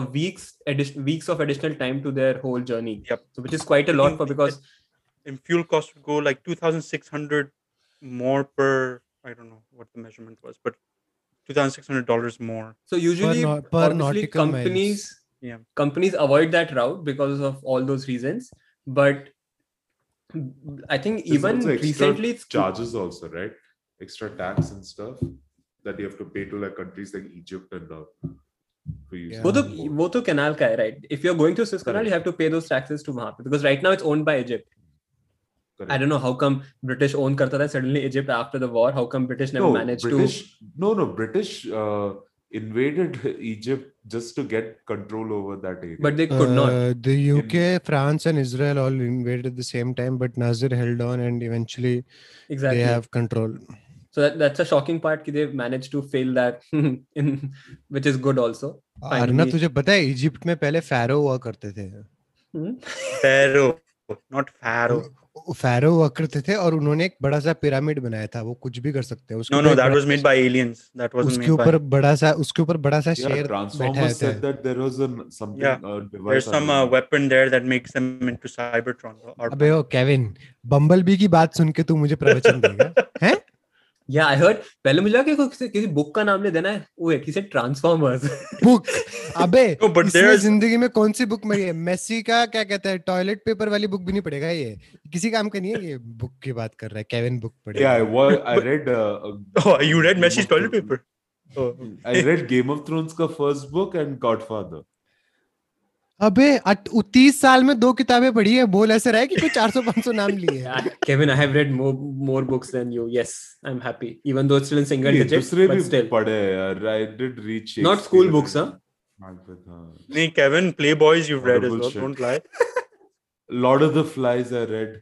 a week's addition weeks of additional time to their whole journey
Yep.
so which is quite a lot for because
And fuel costs would go like 2,600 more per, I don't know what the measurement was, but $2,600 more.
So usually,
nau- per
obviously
nautical miles.
companies
Yeah.
companies avoid that route because of all those reasons. But I think
There's
even
also extra
recently, it's
charges also, right? Extra tax and stuff that you have to pay to like countries like Egypt and uh, for using
वो तो
the boat.
वो तो canal का है right? If you're going through Suez Canal, you have to pay those taxes to वहाँ पे because right now it's owned by Egypt. I
Correct.
don't know how come British own करता था suddenly Egypt after the war. How come British never
no,
managed to?
British, no, no, British uh, invaded Egypt just to get control over that area.
But they could not.
Uh, the UK, France, and Israel all invaded at the same time, but Nazir held on, and eventually
Exactly.
they have control.
So that, that's a shocking part कि they managed to fail that in which is good also.
Arnav तुझे पता है Egypt में पहले pharaoh हुआ करते थे
Hmm?
Pharaoh, not Pharaoh.
Pharaoh हुआ करते थे और उन्होंने एक बड़ा सा पिरामिड बनाया था वो कुछ भी कर सकते हैं उसके
No,
ऊपर
no,
एक
that
बड़ा-
was made by aliens. That wasn't
उसके
made by.
ऊपर बड़ा सा उसके ऊपर बड़ा सा
yeah,
शेर बैठा
Transformers
रहता
said
है
that there was an something
Yeah,
uh, device.
There's
I
some uh,
remember.
weapon there that makes them into Cybertron. Or
अबे ओ केविन बम्बल की बात सुन के तू मुझे प्रवचन देगा
Yeah, I heard. पहले मुझे लगा कि कोई- किसी किसी बुक का नाम ले देना है wait he said Transformers
book अबे
No, but
इसने
there's
जिंदगी में कौन सी बुक मिली है मेसी का क्या कहता है टॉयलेट पेपर वाली बुक भी नहीं पड़ेगा ये किसी काम का नहीं है ये बुक की बात कर रहा है केविन बुक
Yeah,
पड़ेगा
I, wa- I
But-
read. Uh, uh,
Oh, you read
Game
Messi's
of
toilet
Thrones.
paper. Oh,
I read Game of Thrones का first book and Godfather.
अबे तीस साल में दो किताबें पढ़ी है बोल ऐसे रहा है कि कोई 400 500 नाम लिए हैं।
Kevin I have read more more books than you yes I am happy even though still in single
नहीं,
डिजिट्स
दूसरे
बट
भी
स्टिल
पढ़े हैं यार I did reach
Not school books, huh?
हाँ,
Nee, Kevin, Playboys, you've read as
Horrible
well.
shit.
Don't lie.
Lord of the Flies I read.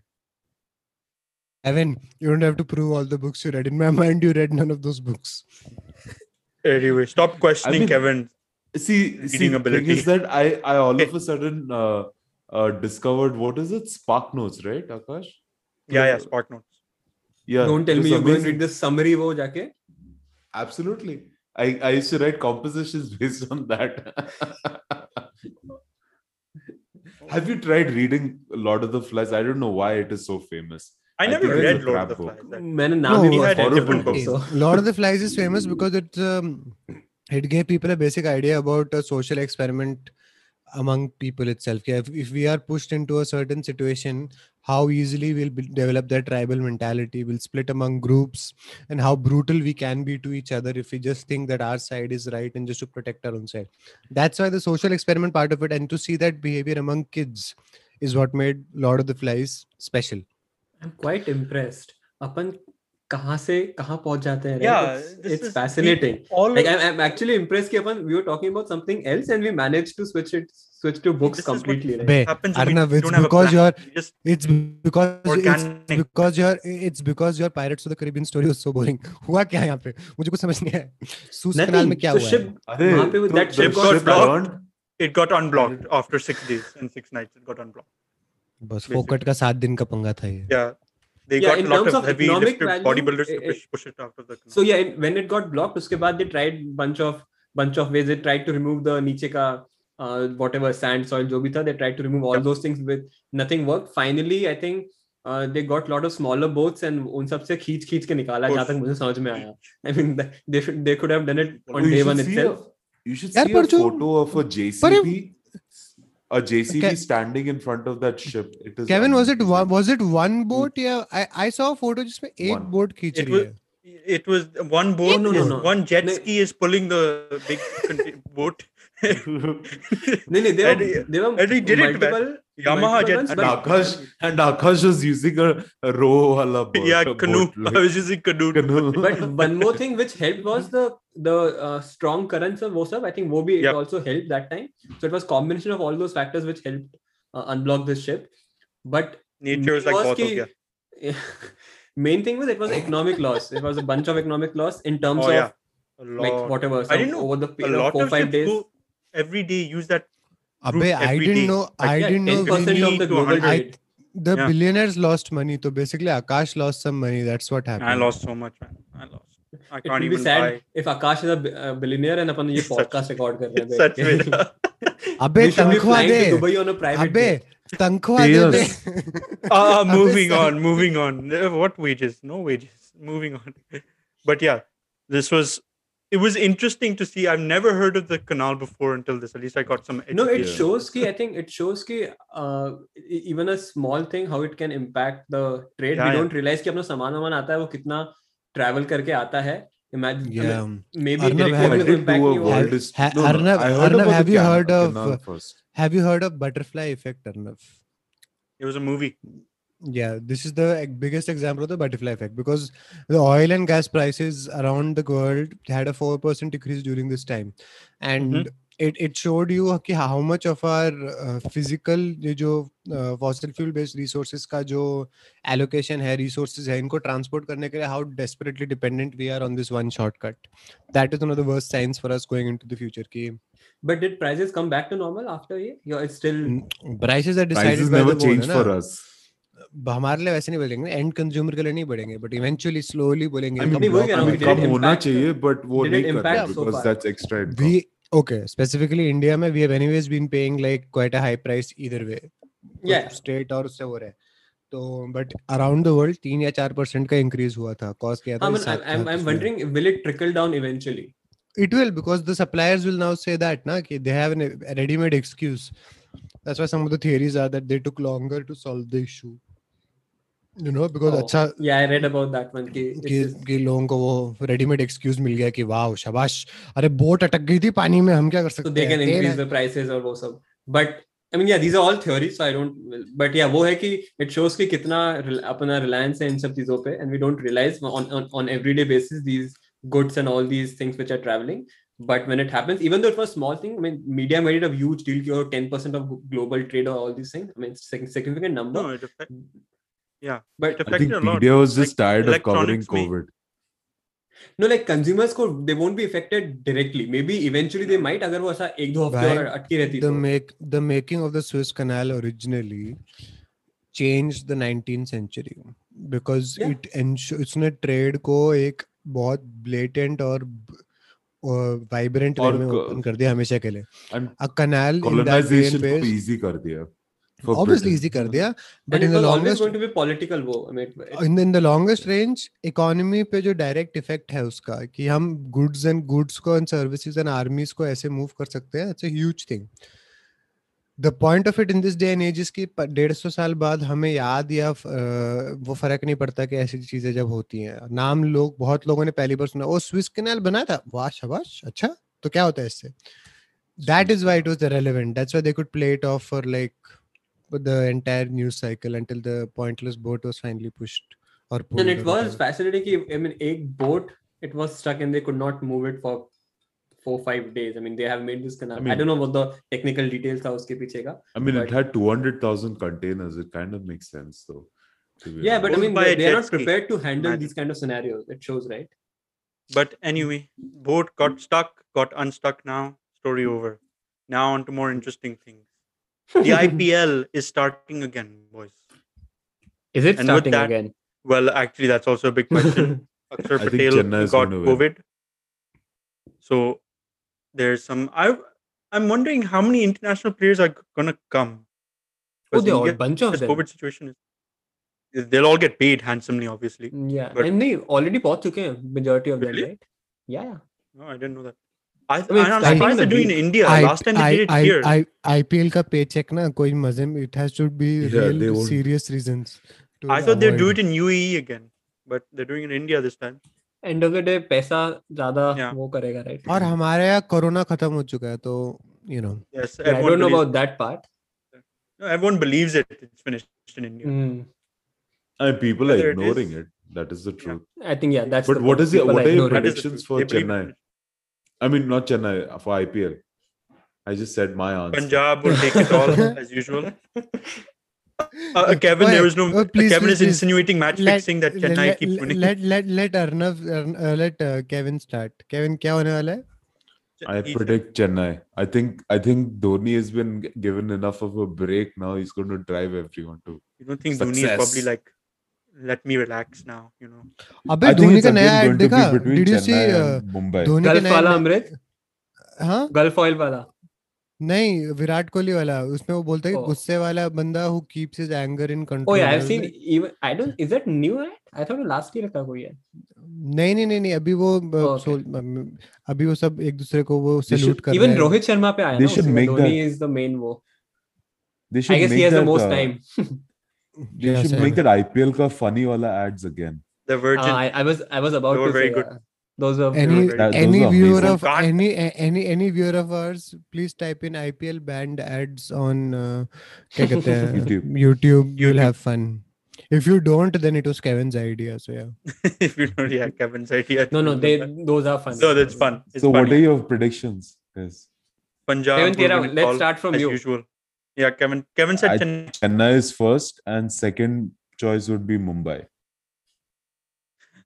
Kevin you don't have to prove all the books you read in my mind you read none of those books
Anyway, stop questioning
mean-
Kevin.
See, see
Reading
the thing
ability.
is that I I all of a sudden uh, uh, discovered what is it? Spark Notes, right, Akash?
Yeah, yeah, Spark Notes.
Yeah.
Don't tell
it
me
was
you going
amazing.
Read this summary वो जाके
Absolutely. I, I used to write compositions based on that. Have you tried reading Lord of the Flies? I don't know why it is so famous.
I
I
never
think it's
read
a
Lord of
crap
the
book.
Flies. actually.
मैंने नाम
No,
he
we
नहीं
had
सुना
a different
था,
book.
so-
Lord of the Flies is famous because it um, it gave people a basic idea about a social experiment among people itself. Yeah, If, if we are pushed into a certain situation, how easily we'll be, develop that tribal mentality, we'll split among groups, and how brutal we can be to each other if we just think that our side is right and just to protect our own side. That's why the social experiment part of it, and to see that behavior among kids, is what made Lord of the Flies special.
I'm quite impressed. अपन कहाँ से कहाँ पहुंच जाते हैं
Yeah, this
it's
is-
fascinating
All
like I'm, I'm actually impressed कि अपन we were talking about something else and we managed to switch it switch to books
This is what-
completely right?
Beh,
happens
Arnav,
when you
it's
don't have a
because
plan.
you're
You just
It's because it's
organic.
because your it's because your Pirates of the Caribbean story was so boring. हुआ क्या है यहाँ पे मुझे कुछ समझ नहीं आया सूस कनाल में
Nothing.
क्या
So
हुआ है?
तो ship
Arey,
वहाँ पे वो-
तो
that
the
ship got
blocked.
burned.
It got unblocked after six days and six nights. It got unblocked.
बस फोकट का सात दिन का पंगा था ये
Yeah. They
Yeah,
got
in
a lot
terms
of,
of
heavy
economic
lifted
value,
bodybuilders to
it-
push, push it out of the canal.
So yeah, it, when it got blocked, उसके बाद they tried bunch of bunch of ways. They tried to remove the नीचे का uh, whatever sand soil जो भी था. They tried to remove all
Yep.
those things with nothing worked. Finally, I think uh, they got lot of smaller boats and उन सब से खींच खींच के निकाला जहाँ
Course.
तक मुझे समझ में आया. I mean th- they should they could have done it
Oh,
on
you
day
should
one
see
itself.
A, you should
यार,
see
पर
a
जो-
photo of a JCB, a JCB
Ke-
standing in front of that ship. It is
Kevin was it
amazing.
one was it one boat या I I saw a photo जिसमें एक
One.
boat खींच
It
रही
was-
है
it was one boat,
no, no,
is-
no.
one jet
No.
ski is pulling the big conti- boat.
No, no, they
And he-
were, they were
and he did it, man.
multiple-
Yamaha
multiple
jet
ones,
And
but-
Akash and Akash was using a, a row wala boat,
yeah,
a
canoe.
boat, like,
I was using canoe.
canoe.
but one more thing which helped was the the uh, strong currents of Vosab. I think Wobi
Yep.
it also helped that time. So it was combination of all those factors which helped uh, unblock the ship. But
Nature was like
was
both
ki- main thing was it was economic loss. It was a bunch of economic loss in terms
Oh
of
yeah, a
like
lot.
whatever.
I
some-
didn't know
over the
a
period of
lot
four
of
five
ships
days.
go every day use that.
Abbe, I
every day.
didn't know. I
yeah,
didn't know.
10%
we
of the
need to
global
I-
trade.
the
Yeah.
billionaires lost money. So basically, Akash lost some money. That's what happened.
I lost so much, man. I lost. I
It
can't
will be
even
sad
buy.
if Akash is a bi- uh, billionaire and अपन ये
It's such-
podcast record कर
It's
रहे
such
हैं
a-
Abbe,
We should be
tankhwa
flying to
de.
Dubai on a private
Abbe,
jet.
tankhwa de.
Tears.
de.
Ah,
Abbe,
moving
sir.
on, moving on. Uh, What wages? No wages. Moving on. But yeah, this was. It was interesting to see. I've never heard of the canal before until this. At least I got some. Education.
no it
Yeah.
shows ki i think it shows ki uh, e- even a small thing how it can impact the trade
Yeah,
we
yeah.
don't realize कि अपना सामान वामान आता है वो कितना travel करके आता है imagine
Yeah.
Maybe
I
Arnav, have-
did do a world
Have-
is-
ha-
no, no,
Arnav-
I heard
Arnav,
about the
have you
can-
heard of,
canal
uh,
first.
Have you heard of butterfly effect, Arnav?
It was a movie.
Yeah, this is the ec- biggest example of the butterfly effect because the oil and gas prices around the world had a 4% decrease during this time. And
Mm-hmm.
it, it showed you कि how much of our uh, physical ये जो uh, fossil fuel based resources का जो allocation है resources है इनको transport करने के लिए how desperately dependent we are on this one shortcut. That is one of the worst signs for us going into the future कि
but did prices come back to normal after ये yeah it's still
Mm, prices are decided
Prices
by
never
the board,
change
है
for
ना?
us.
ब- हमारे लिए वैसे नहीं बोलेंगे एंड कंज्यूमर के लिए नहीं बढ़ेंगे बट इवेंचुअली स्लोली बोलेंगे
I
कि
mean,
नहीं, वही
block
कह रहा हूँ
हमें
कि
कम
did it
होना
impact-
चाहिए बट वो
did it
नहीं कर रहे
impact so
because
far?
that's extra
करो।
income.
We okay specifically India में we have anyways been paying like quite a high price either way
Yeah.
State और उससे हो रहा है तो बट अराउंड द वर्ल्ड तीन या चार परसेंट का इंक्रीज हुआ था कॉज किया था
I'm, हाँ, I'm, I'm, I'm wondering will it trickle down eventually
it will because the suppliers will now say that ना कि they have a readymade excuse that's why some of the theories are that they took longer to solve the issue you know because
Oh.
अच्छा
yeah i read about that one ki it's
कि,
just-
कि लोगों को वो readymade excuse मिल गया कि वाह शाबाश अरे बोट अटक गई थी पानी में हम क्या कर
so
सकते
they
हैं
can
तेल
तो increase
है।
the prices or वो सब but I mean yeah these are all theories so I don't but yeah वो है कि it shows कि कितना rel- अपना reliance है इन सब चीजों पे and we don't realize on on on everyday basis these goods and all these things which are traveling but when it happens even though it was small thing I mean media made it a huge deal कि oh, 10% of global trade or all these things I mean it's a significant number
No, it affect-
but
I think
affected a lot.
media was just
Like,
tired of covering
electronics may-
COVID.
no like consumers को they won't be affected directly maybe eventually they might अगर वो ऐसा एक दो हफ्ते
Why?
और अटकी रहती
the
तो
make the making of the Suez Canal originally changed the 19th century because
Yeah.
it ensure उसने trade को एक बहुत blatant और वाइब्रेंट वे
और
में
क-
ओपन कर दिया हमेशा के लिए
And
a canal in that way
colonization को
based
easy कर दिया. for
obviously
Britain.
easy कर दिया
and
but
it
in the
was always
longest
going to be political वो I mean it-
in in the longest range economy पे जो direct effect है उसका कि हम गुड्स एंड गुड्स को एंड सर्विसेज एंड आर्मीज को ऐसे मूव कर सकते हैं it's a huge thing the point of it in this day and age is कि प- डेढ़ सौ साल बाद हमें याद या फ- अ, वो फर्क नहीं पड़ता कि ऐसी चीजें जब होती हैं नाम लोग बहुत लोगों ने पहली बार सुना ओ स्विस कैनाल बना था वाह शाबाश अच्छा तो क्या होता है इससे that is why it was relevant that's why they could play it off for like the entire news cycle until the pointless boat was finally pushed or pulled
and it
or
was
whatever.
fascinating कि, i mean एक boat it was stuck and they could not move it for four five days i mean they have made this canal i,
I mean-
don't know what the technical details था उसके पीछे का
I mean, it
But-
had 200,000 containers. It kind of makes sense, though. to be
yeah
honest.
but i
Goes
mean
by
they,
a
they are
jet
not
ski.
prepared to handle
Imagine.
these kind of scenarios it shows right
But anyway, boat got stuck, got unstuck now. Story over. Now on to more interesting things. The IPL is starting again, boys.
is it Oh,
And with starting that- Well, actually, that's also a big question. Akshar
I think
Patel
Chennai is
got
gonna win.
COVID. So there's some. I I'm wondering how many international players are gonna come.
oh
Because
there are
India-
a bunch of
this
them
COVID situation is. They'll all get paid handsomely, obviously.
yeah
but-
and they already पहुंच चुके हैं majority of
Really?
them right yeah
No, I didn't know that. I,
mean,
I, am
starting
surprised
the
they're doing in
week.
India.
I-
Last time they
I-
did it
I-
here.
I- IPL का paycheck ना कोई मजे में it has to be
Yeah,
real
they won't-
serious reasons. to
I thought they'd do
avoid.
it in UAE again, but they're doing it in India this time.
End of the day पैसा ज्यादा
Yeah.
वो करेगा right
और हमारे यहाँ corona खत्म हो चुका है तो you know
Yes,
I don't
everyone
no
believes,
about that part
no, everyone believes it. It's finished in India.
Mm. Hmm.
And people are
Whether it
ignoring
is-
it. That is the truth.
I think yeah that's
But what is your- what are your
That is the
Predictions
truth.
for
They believe
Chennai.
it.
I mean, not Chennai for IPL. I just said my answer.
Punjab will take it all as usual. Uh, Kevin, there is no.
Oh, please,
Kevin
please,
is
please.
insinuating match
Let-
fixing that Chennai
let,
keeps
let,
winning.
let let let Arnav Arn- uh, let uh, Kevin start Kevin क्या होने वाला है
I
He-
predict Chennai. I think I think Dhoni has been g- given enough of a break now. He's going to drive everyone to.
You don't think Dhoni is probably
Success.
like, let me relax now, you know?
अबे
I think
Dhoni
it's
का नया
again
ad
going to be
देखा
between
did you see
Chennai
uh,
and Mumbai.
Dhoni का
gulf
नया
वाला अमृत
हाँ
gulf oil वाला
नहीं विराट कोहली वाला उसमें वो बोलता है कि
Oh.
गुस्से वाला बंदा who keeps his anger in
Oh
control
yeah, I've seen even I don't is that new ad? I thought last year का कोई है.
नहीं नहीं नहीं नहीं अभी वो अ,
okay.
सोल- अम, अभी वो सब एक दूसरे को वो
should-
सैल्यूट कर
Even
रहे हैं
रोहित शर्मा पे आया
They
ना
should
उसमें,
make
Dhoni
that-
is the main वो.
They
I guess he has the most
uh,
time.
They
Yeah,
should
same.
make that IPL ka funny wala ads again.
The
Uh,
Virgin.
I, I was I was about
They were
to
very
say,
good.
yeah. Those were
Any
That-
those
any
are
viewer
amazing.
of
Can't-
any a- any any viewer of ours please type in IPL banned ads on uh, क्या कहते हैं
YouTube.
YouTube
YouTube.
you'll have fun if you don't then it was Kevin's idea so yeah
if you don't, yeah, Kevin's idea.
no no they those are fun.
No, that's fun. Uh, It's
so what
funny.
are your predictions, guys?
Punjab.
Kevin
will
Tera,
win it
let's
all
start from
as
you.
usual. Yeah, Kevin. Kevin said
I-
Chennai.
Chennai is first, and second choice would be Mumbai.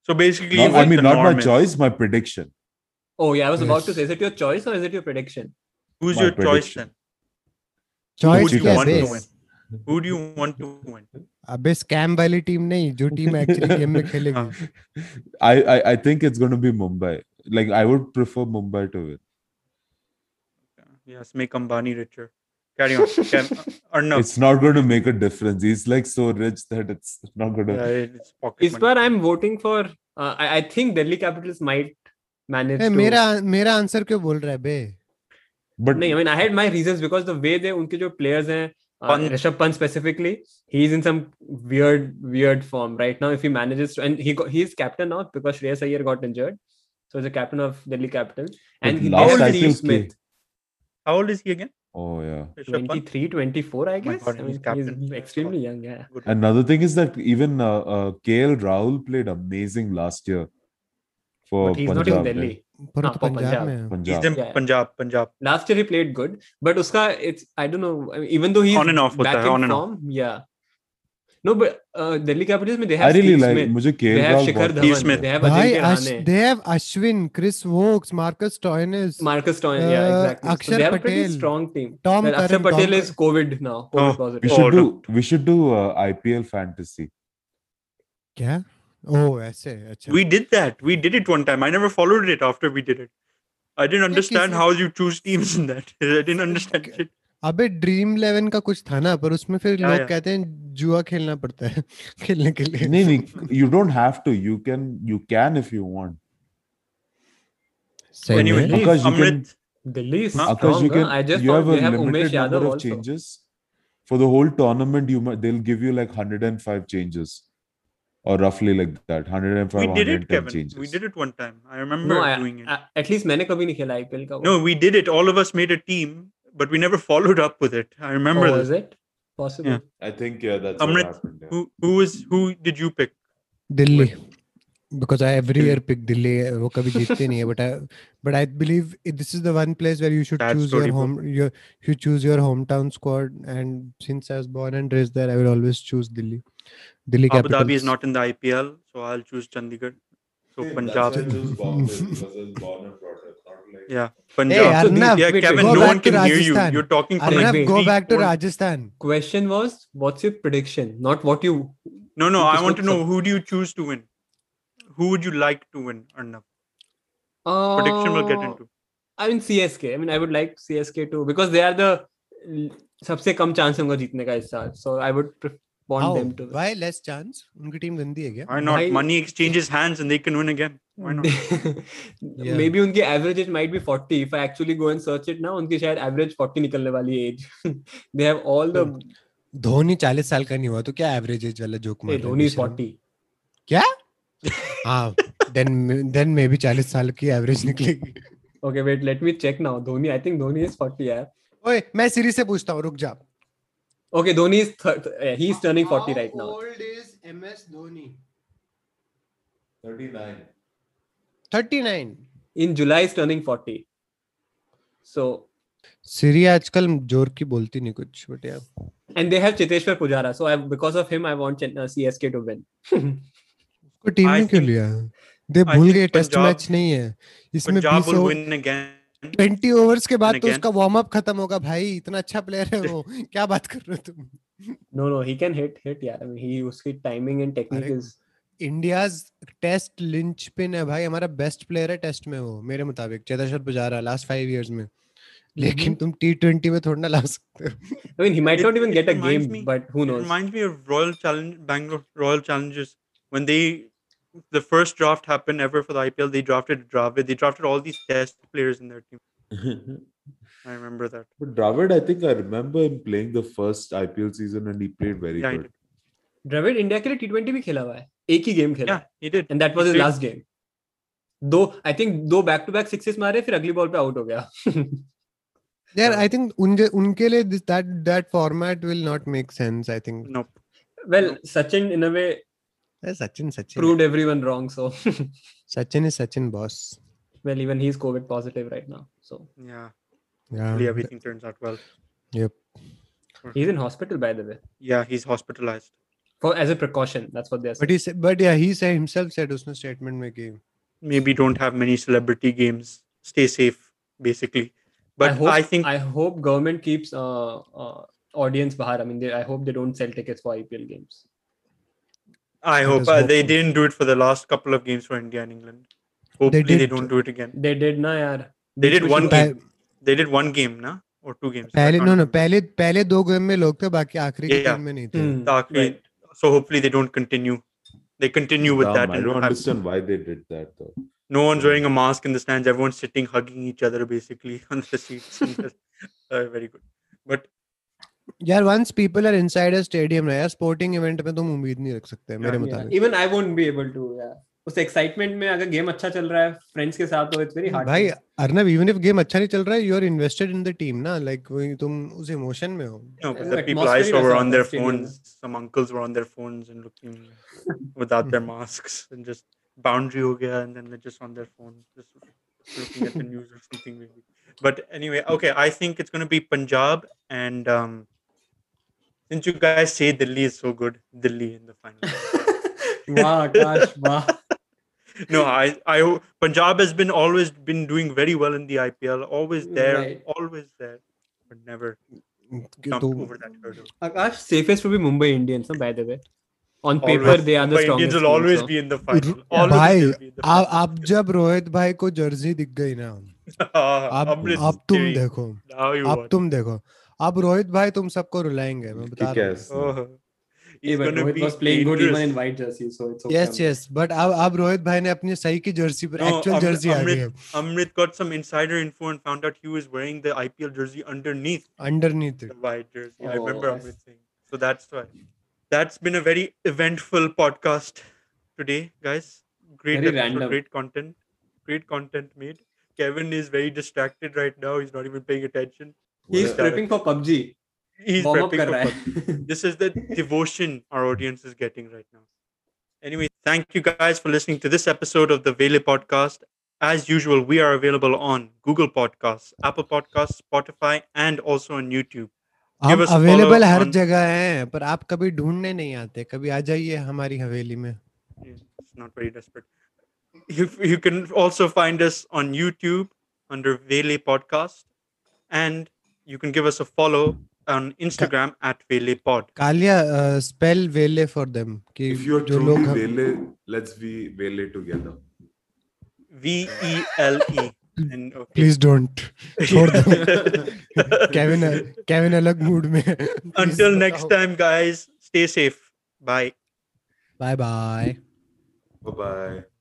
So basically,
Not- I
what
mean,
the
not my
norm is.
choice, my prediction.
Oh yeah, I was about to
Yes.
say, is it your choice or is it your prediction?
Who's
My
your choice
prediction.
then?
Who
choice
do you
क्या
want to
base?
win? Who do you want to win?
अबे scam वाली team नहीं जो team actually game में खेलेगी
I, I I think it's going to be Mumbai. Like I would prefer Mumbai to win.
Yes, make Ambani richer. Carry on. uh, Kev, Arnav.
It's not going to make a difference. He's like so rich that it's not going to.
Yeah, it's pocket
Is
money.
where I'm voting for. Uh, I, I think Delhi Capitals might manage.
A,
to,
मेरा मेरा answer क्यों बोल रहा है बे
But
No, I mean I had my reasons because the way they उनके जो players हैं uh,
Pant.
Rishabh Pant specifically he's in some weird weird form right now if he manages to and he got, he's captain now because Shreyas Iyer got injured so he's a captain of Delhi Capitals and
But
he
last
lost
IPL
Steve
play-
Smith
How old is he again?
oh yeah.
Rishabh Pant? Oh
23 24 I guess
God,
I
he's
mean
captain.
he's extremely young yeah
Good.
Another thing is that even uh, uh, KL Rahul played amazing last year for
but he's
Oh, Punjab.
not in
right?
Delhi
पर
हाँ,
तो
पर
पंजाब
पंजाब।
में है।
He's
Punjab.
in
Yeah.
Punjab, Punjab.
last year he played good but uska it's I don't know I mean, even though he's
On and off hota
back
hai,
in
on and off.
form yeah no but uh, Delhi Capitals में they
I
have
really
Steve
like.
Smith
मुझे KL
they have
Rahul
Shikhar
बहुत
Dhawan
पसंद है.
they have
भाई
Ajinkya
अश,
Rahane
they have Ashwin, Chris Wokes, Marcus Stoinis,
Marcus Toyn, yeah,
Uh,
exactly. so
Akshar
they have a pretty
Patel.
strong team.
Tom
Well, Akshar
Curran, Tom
Patel is
Curran.
COVID now, COVID
Oh,
We
positive.
should
Order.
do. We should do uh, IPL fantasy.
क्या? ओह ऐसे अच्छा
We did that. We did it one time. I never followed it after we did it. I didn't understand
किसी-
how you choose teams in that. I didn't understand it.
अबे dream 11 का कुछ था ना पर उसमें फिर
हाँ,
लोग
यार।
कहते हैं जुआ खेलना पड़ता है खेलने के लिए
नहीं नहीं you don't have to. You can you can if you want.
सही में।
Anyway,
Because you
Amrit,
Delhi is
Huh?
Akash,
strong.
you
huh?
can.
Ah, I just
you
thought
have a
they have Umesh
limited number
Yadav
of
also.
changes for the whole tournament. You might, they'll give you like 105 changes, or roughly like that. 105,
we did it,
110
Kevin.
changes.
We did it one time. I remember
No, I,
doing it.
I- at least मैंने कभी नहीं खेला IPL का. वो.
no, we did it. All of us made a team, but we never followed up with it. I remember
oh,
this.
is it possible?
Yeah.
I think yeah, that's
Amrit,
what happened. yeah.
Who who is who did you pick?
Delhi because I every
Delhi.
year pick Delhi वो कभी जीतते नहीं है but I but I believe it- this is the one place where you should
Sad
choose your
story, bro.
home your you choose your hometown squad and since I was born and raised there I will always choose Delhi Delhi
Abu Dhabi is
Capitals.
not in the IPL, so I'll choose Chandigarh. So
Hey,
Punjab,
that's why I chose Bombay, because I was born and brought up, not like-
Yeah. Punjab.
So these-
Arnab,
yeah,
wait, wait,
Kevin,
go
no
back
one
to
can hear you.
Rajasthan.
You're talking for like
Arnab
wait,
go
three,
back to
four-
Rajasthan
Question was, what's your prediction? Not what you.
No, no. I
Because
want to
what-
know who do you choose to win? Who would you like to win, Arnab?
Uh,
Prediction we'll get into.
I mean CSK. I mean I would like CSK too because they are the l- सबसे कम chance उनका जीतने का इस साल. So I would pref- want
How?
them to. win.
why less chance उनकी team गंदी है क्या
Why not?
Why-
Money exchanges hands and they can win again. Why not?
Yeah.
maybe उनकी average age might be 40 if i actually go and search it now उनकी शायद average 40 निकलने वाली age they have all
Oh,
the
Dhoni 40 साल का नहीं हुआ तो क्या एवरेज एज वाला जोक
hey,
मार
धोनी is 40
क्या हाँ देन देन मे बी 40 साल की एवरेज निकलेगी
Okay, wait, let me check now. Dhoni, I think Dhoni is 40, yeah.
ओए मैं सीरीज से पूछता हूँ रुक जा
Okay, Dhoni is thir- th- yeah, he's turning 40 right now.
Old is MS Dhoni
39.
39
In July, he's turning 40. So,
सीरी आजकल जोर की बोलती नहीं कुछ बट यार
and they have Chiteshwar Pujara. So, I, because of him, I want Chen- uh, CSK to win.
उसको team
I
में क्यों
think-
लिया दे
I
भूल
think
गए टेस्ट
Punjab-
मैच नहीं है इसमें
Punjab
20
will
over
win again.
20 overs के बाद तो
again.
उसका वार्म अप खत्म होगा भाई इतना अच्छा प्लेयर है वो क्या बात कर रहे हो तुम
No, no, he can hit, hit, yeah. I mean, he, उसकी timing and technique
Correct.
is.
India's test linchpin है भाई हमारा बेस्ट प्लेयर है टेस्ट में वो मेरे मुताबिक Cheteshwar Pujara last five years में लेकिन
Mhm.
तुम टी ट्वेंटी में थोड़ा ना ला सकते हो
I mean, he might
It-
not even
it
get a
reminds
game,
me-
but who
It
knows?
reminds me of Royal Challenge, Bangalore Royal Challengers when they the first draft happened ever for the IPL. They drafted Dravid. They drafted all these test players in their team. I remember that.
but Dravid, I think I remember him playing the first IPL season and he played very
Yeah, he
good.
did.
Dravid India के लिए टी20 भी खेला हुआ है एक ही game खेला
Yeah, he did.
And that was his
Great.
Last game दो आई थिंक दो बैक टू बैक सिक्सेस मारे फिर अगली बॉल पे आउट हो गया
यार आई थिंक उनके उनके लिए that that format will not make sense I think
Nope.
Well Sachin in a way
Sachin Sachin
proved everyone wrong so
Sachin is Sachin boss
well even he is Covid positive right now so
Yeah. Hopefully everything turns out well.
Yep.
He is in hospital by the way
Yeah, he's hospitalized.
For as a precaution that's what they are
but he but yeah he said himself said उसने statement में कि
Maybe don't have many celebrity games. Stay safe, basically. But
I hope,
I think
I hope government keeps uh, uh, audience bahar. I mean, they, I hope they don't sell tickets for IPL games.
I
That
hope
is
uh, they
hopeful.
didn't do it for the last couple of games for India and England. Hopefully they,
did.
don't do it again.
They did na yaar.
They did
Which-
one
which-
game. They did one game, na or two games. I
पहले
can't
no no
remember.
पहले पहले दो game में लोग थे बाकी आखिरी के
Yeah.
गेम में नहीं थे
Hmm,
The Akri-
right.
So hopefully they don't continue. They continue with
Dumb.
that.
I
and
don't
have-
understand why they did that though.
No one's wearing a mask in the stands. Everyone's sitting, hugging each other, basically on the seats. and that's, uh, very good. But
यार once people are inside a stadium ना यार sporting event में तुम उम्मीद नहीं रख सकते मेरे
Yeah.
मुताबिक
even I won't be able to उस एक्साइटमेंट में अगर गेम अच्छा चल रहा है फ्रेंड्स के साथ तो इट्स वेरी हार्ड
भाई अर्नब इवन इफ गेम अच्छा नहीं चल रहा है you are invested in the team ना लाइक तुम उस इमोशन में हो
no, but
Yeah,
the
the
people I
atmosphere
saw
is
were
on
on
the
their
stadium,
phones. Some uncles were on their phones and looking without their masks and just boundary ho gaya, and then they're just on their phone, just looking at the news or something maybe. But anyway, okay, I think it's gonna be Punjab and um since you guys say Delhi is so good, Delhi in the final.
वाह आकाश वाह
no, I I hope- Punjab has been always been doing very well in the IPL, always there,
Mm, Right.
always there, but never
कि
jumped
तुम-
over that hurdle.
Akash safest would be Mumbai Indians huh, by the way on paper
Always.
they are the
But Indians
strongest
will always
team,
be in the final.
Ru-
Always
भाई,
they'll be in the
आप
final.
आप जब रोहित भाई को Jersey दिख गई ना
अब
अब
it's
अब तुम
serious.
देखो
Now you
अब
watch.
तुम देखो अब रोहित भाई तुम सबको रुलाएंगे मैं बता
Kick
रहा हूँ
ass.
Oh,
so.
it's
Yeah, but
gonna
Rohit
be
was playing good even in
dangerous.
white jersey so it's okay
yes yes but अब अब रोहित भाई ने अपनी सही की जर्सी पर
No,
एक्चुअल
अब-
जर्सी आ
अब
गई
मैं-
है
Amrit got some insider info and found out he was wearing the IPL jersey underneath
underneath
the white jersey. I remember
Oh.
Amrit saying. So that's why. That's been a very eventful podcast today, guys. Great
Very
episode,
random.
great content. Great content made. Kevin is very distracted right now. He's not even paying attention.
he's
Well,
prepping for PUBG
He's
warm up
prepping
कर
for
रहा
PUBG.
है
this is the devotion our audience is getting right now. Anyway, thank you guys for listening to this episode of the Vele podcast. As usual, we are available on Google Podcasts, Apple Podcasts, Spotify, and also on YouTube.
हम
us a follow
available हर
on-
जगह हैं पर आप कभी ढूंढने नहीं आते कभी आ जाइए हमारी हवेली में
It's not very desperate. You, you can also find us on YouTube under Vele Podcast, and you can give us a follow on Instagram at Vele Pod.
कालिया स्पेल वेले फॉर देम कि
If you're
जो लोग
truly
हम-
Vele, let's be Vele together.
V E L E. And okay.
Please don't छोड़ दो Kevin Kevin अलग mood में
Until next time, guys, stay safe. Bye.
Bye bye
Bye bye.